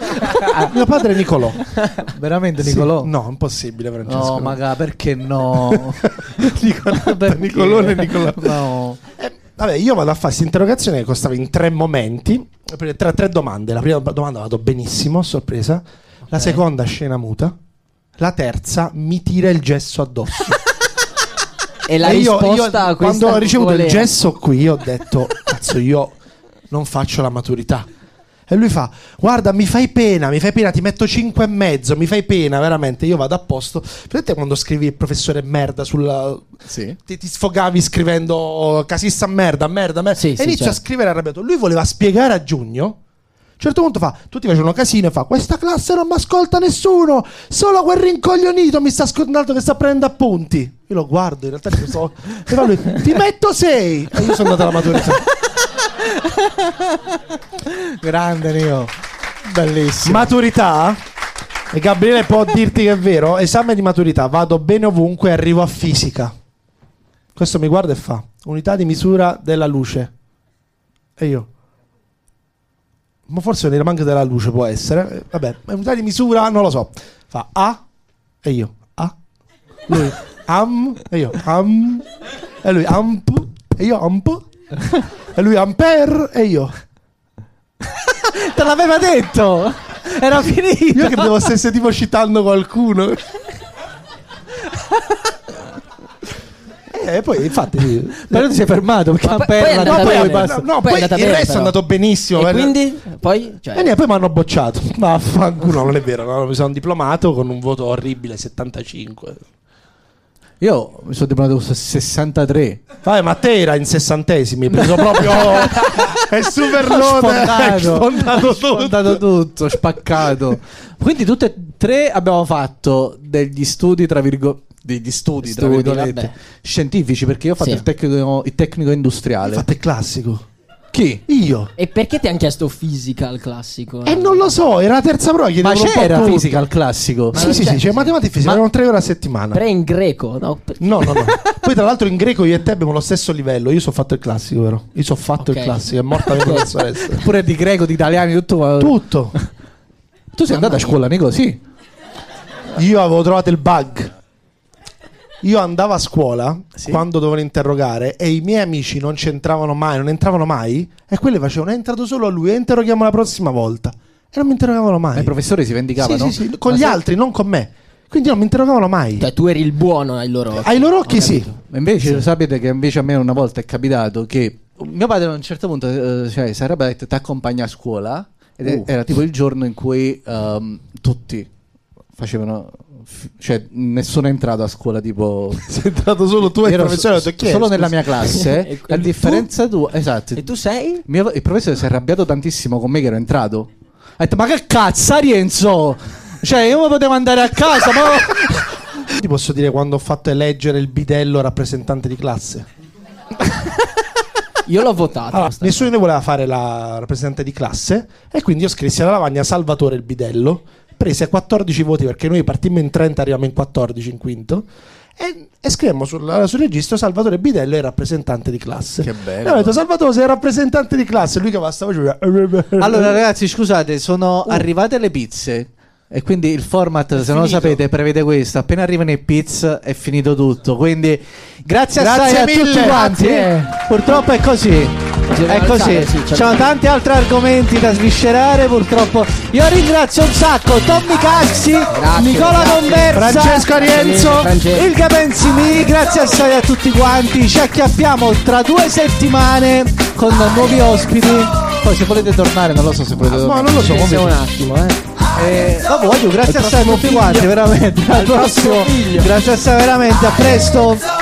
B: Mio padre è Nicolò.
A: Veramente
B: Sì.
A: Nicolò?
B: No, impossibile, Francesco.
A: No, ma raga, perché no?
B: Nicoletta,
A: Perché?
B: Nicolone, Nicolò.
A: No.
B: Eh, vabbè, io vado a fare questa interrogazione che costava in tre momenti, pre- tre, tre domande. La prima domanda vado benissimo, a sorpresa. La seconda, scena muta. La terza, mi tira il gesso addosso.
C: E la
B: E io- io
C: risposta a questa
B: quando ho ricevuto il
C: voleva-
B: gesso qui ho detto cazzo io non faccio la maturità e lui fa guarda mi fai pena mi fai pena ti metto 5 e mezzo mi fai pena veramente io vado a posto vedete quando scrivi il professore merda sulla
A: Sì.
B: ti, ti sfogavi scrivendo casista merda merda merda
C: Sì,
B: e
C: sì,
B: inizia a
C: certo.
B: scrivere arrabbiato lui voleva spiegare a giugno a un certo punto fa, tutti facevano casino e fa, questa classe non mi ascolta nessuno, solo quel rincoglionito mi sta ascoltando che sta prendendo appunti. Io lo guardo, in realtà io so, e fa lui, ti metto sei. E io sono andato alla maturità.
A: Grande Neo. Bellissimo.
B: maturità? E Gabriele può dirti che è vero, esame di maturità, vado bene ovunque, arrivo a fisica. Questo mi guarda e fa, unità di misura della luce. E io... Ma forse non era manco della luce, può essere. Eh, Vabbè, ma unità di misura, non lo so. Fa A e io A. Lui am e io am. E lui amp e io amp. E lui ampere e io.
A: Te l'aveva detto! Era finito!
B: Io credevo stesse tipo citando qualcuno. E Eh, poi infatti
A: Però ti sei fermato perché
C: Ma poi-
A: Ampere
C: poi è
A: l'ha
C: andata
A: detto,
B: poi,
A: poi
C: bene.
A: basta.
B: no,
C: Poi è
B: no, poi il
C: andata bene,
B: resto è
C: però.
B: andato benissimo.
C: E
B: per-
C: quindi? Poi? Cioè,
B: E niente, poi mi hanno bocciato. Vaffanculo, non è vero, no, mi sono diplomato con un voto orribile 75.
A: Io mi sono diplomato su 63.
B: Vabbè, ma te era in sessantesimi, hai preso proprio è super lode,
A: Sfondato,
B: hai sfondato tutto.
A: sfondato tutto, spaccato. Quindi tutte e tre abbiamo fatto degli studi, tra virgo- degli studi, tra
C: Studi,
A: virgolette,
C: vabbè.
A: scientifici, perché io ho fatto
C: Sì.
A: il, tecnico, il tecnico industriale.
B: Infatti è classico.
A: Chi?
B: Io.
C: E perché ti hanno chiesto fisica al classico?
B: E non lo so, era la terza prova,
A: Ma
B: chiedevano un po'
A: c'era
B: tutto.
A: fisica al classico?
C: Ma
B: sì,
C: non
B: sì,
C: c'è.
B: sì, c'è matematica e fisica,
A: Ma-
B: erano tre ore a settimana.
C: Pre in greco, no? Cioè, Per-
B: No, no, no. Poi tra l'altro in greco io e te abbiamo lo stesso livello. Io so fatto il classico, vero? Io so fatto il
C: Ok.
B: classico, è morta la mia professoressa.
A: Pure di greco, di italiano, di tutto. Tu,
B: Tutto. Eh.
A: tu sei andato a scuola, Nico? Sì.
B: Io avevo trovato il bug. Io andavo a scuola quando dovevano interrogare e i miei amici non c'entravano mai, non entravano mai e quelli facevano è entrato solo a lui, interroghiamo la prossima volta. E non mi interrogavano mai.
A: Ma il professore si vendicava,
B: sì,
A: no?
B: sì, sì, con gli altri, non con me. Quindi non mi interrogavano mai.
C: Cioè, tu eri il buono ai loro occhi.
B: Ai loro occhi sì.
A: Ma Invece sapete che invece a me una volta è capitato che mio padre a un certo punto eh, cioè, si era detto ti accompagna a scuola ed è-
C: Uh.
A: era tipo il giorno in cui ehm, tutti facevano fi- cioè nessuno è entrato a scuola tipo
B: Sei entrato solo tu e il
A: ero
B: professore
A: so-
B: ho detto, "Chi è,
A: solo
B: scusa?"
A: nella mia classe
C: E
A: a
C: quindi
A: differenza tua esatto
C: E tu sei?
A: Mio- il professore si è arrabbiato tantissimo con me che ero entrato ha detto ma che cazzo Arienzo cioè io mi potevo andare a casa ma
B: Ti posso dire quando ho fatto eleggere il bidello rappresentante di classe.
C: Io l'ho
A: Ah,
C: votato.
B: Allora,
C: questa-
B: nessuno di noi voleva fare la rappresentante di classe e quindi io scrissi alla lavagna Salvatore il bidello, prese 14 voti perché noi partimmo in 30, arriviamo in 14 in quinto. E, e scrivemmo sul, eh, sul registro Salvatore Bidello è il rappresentante di classe.
A: Che bello.
B: E abbiamo detto Salvatore sei il rappresentante di classe. Lui che va stava facendo-
A: Allora, ragazzi, scusate, sono arrivate le pizze. E quindi il format, se non lo sapete, prevede questo. Appena arrivano i pizz è finito tutto. Quindi grazie,
B: Grazie
A: assai a
B: mille,
A: tutti quanti.
B: grazie.
A: Purtroppo è così.
C: Bisogna
A: È così.
C: alzare, sì,
A: Ci
C: certo.
A: sono tanti altri argomenti da sviscerare, purtroppo. Io ringrazio un sacco Tommy Cassi, Nicola
C: grazie.
A: Conversa,
B: Francesco Arienzo,
C: Francesco.
A: il Capensi Mi. Grazie assai a tutti quanti. Ci acchiappiamo tra due settimane con nuovi ospiti. Poi se volete tornare, non lo so se volete tornare.
B: Ma non lo so,
C: Pensa
B: come-
C: un attimo, eh.
A: Eh, vabbè, voglio, grazie assai a tutti quanti, veramente. Al prossimo,
C: prossimo figlio.
A: grazie assai, veramente. A presto.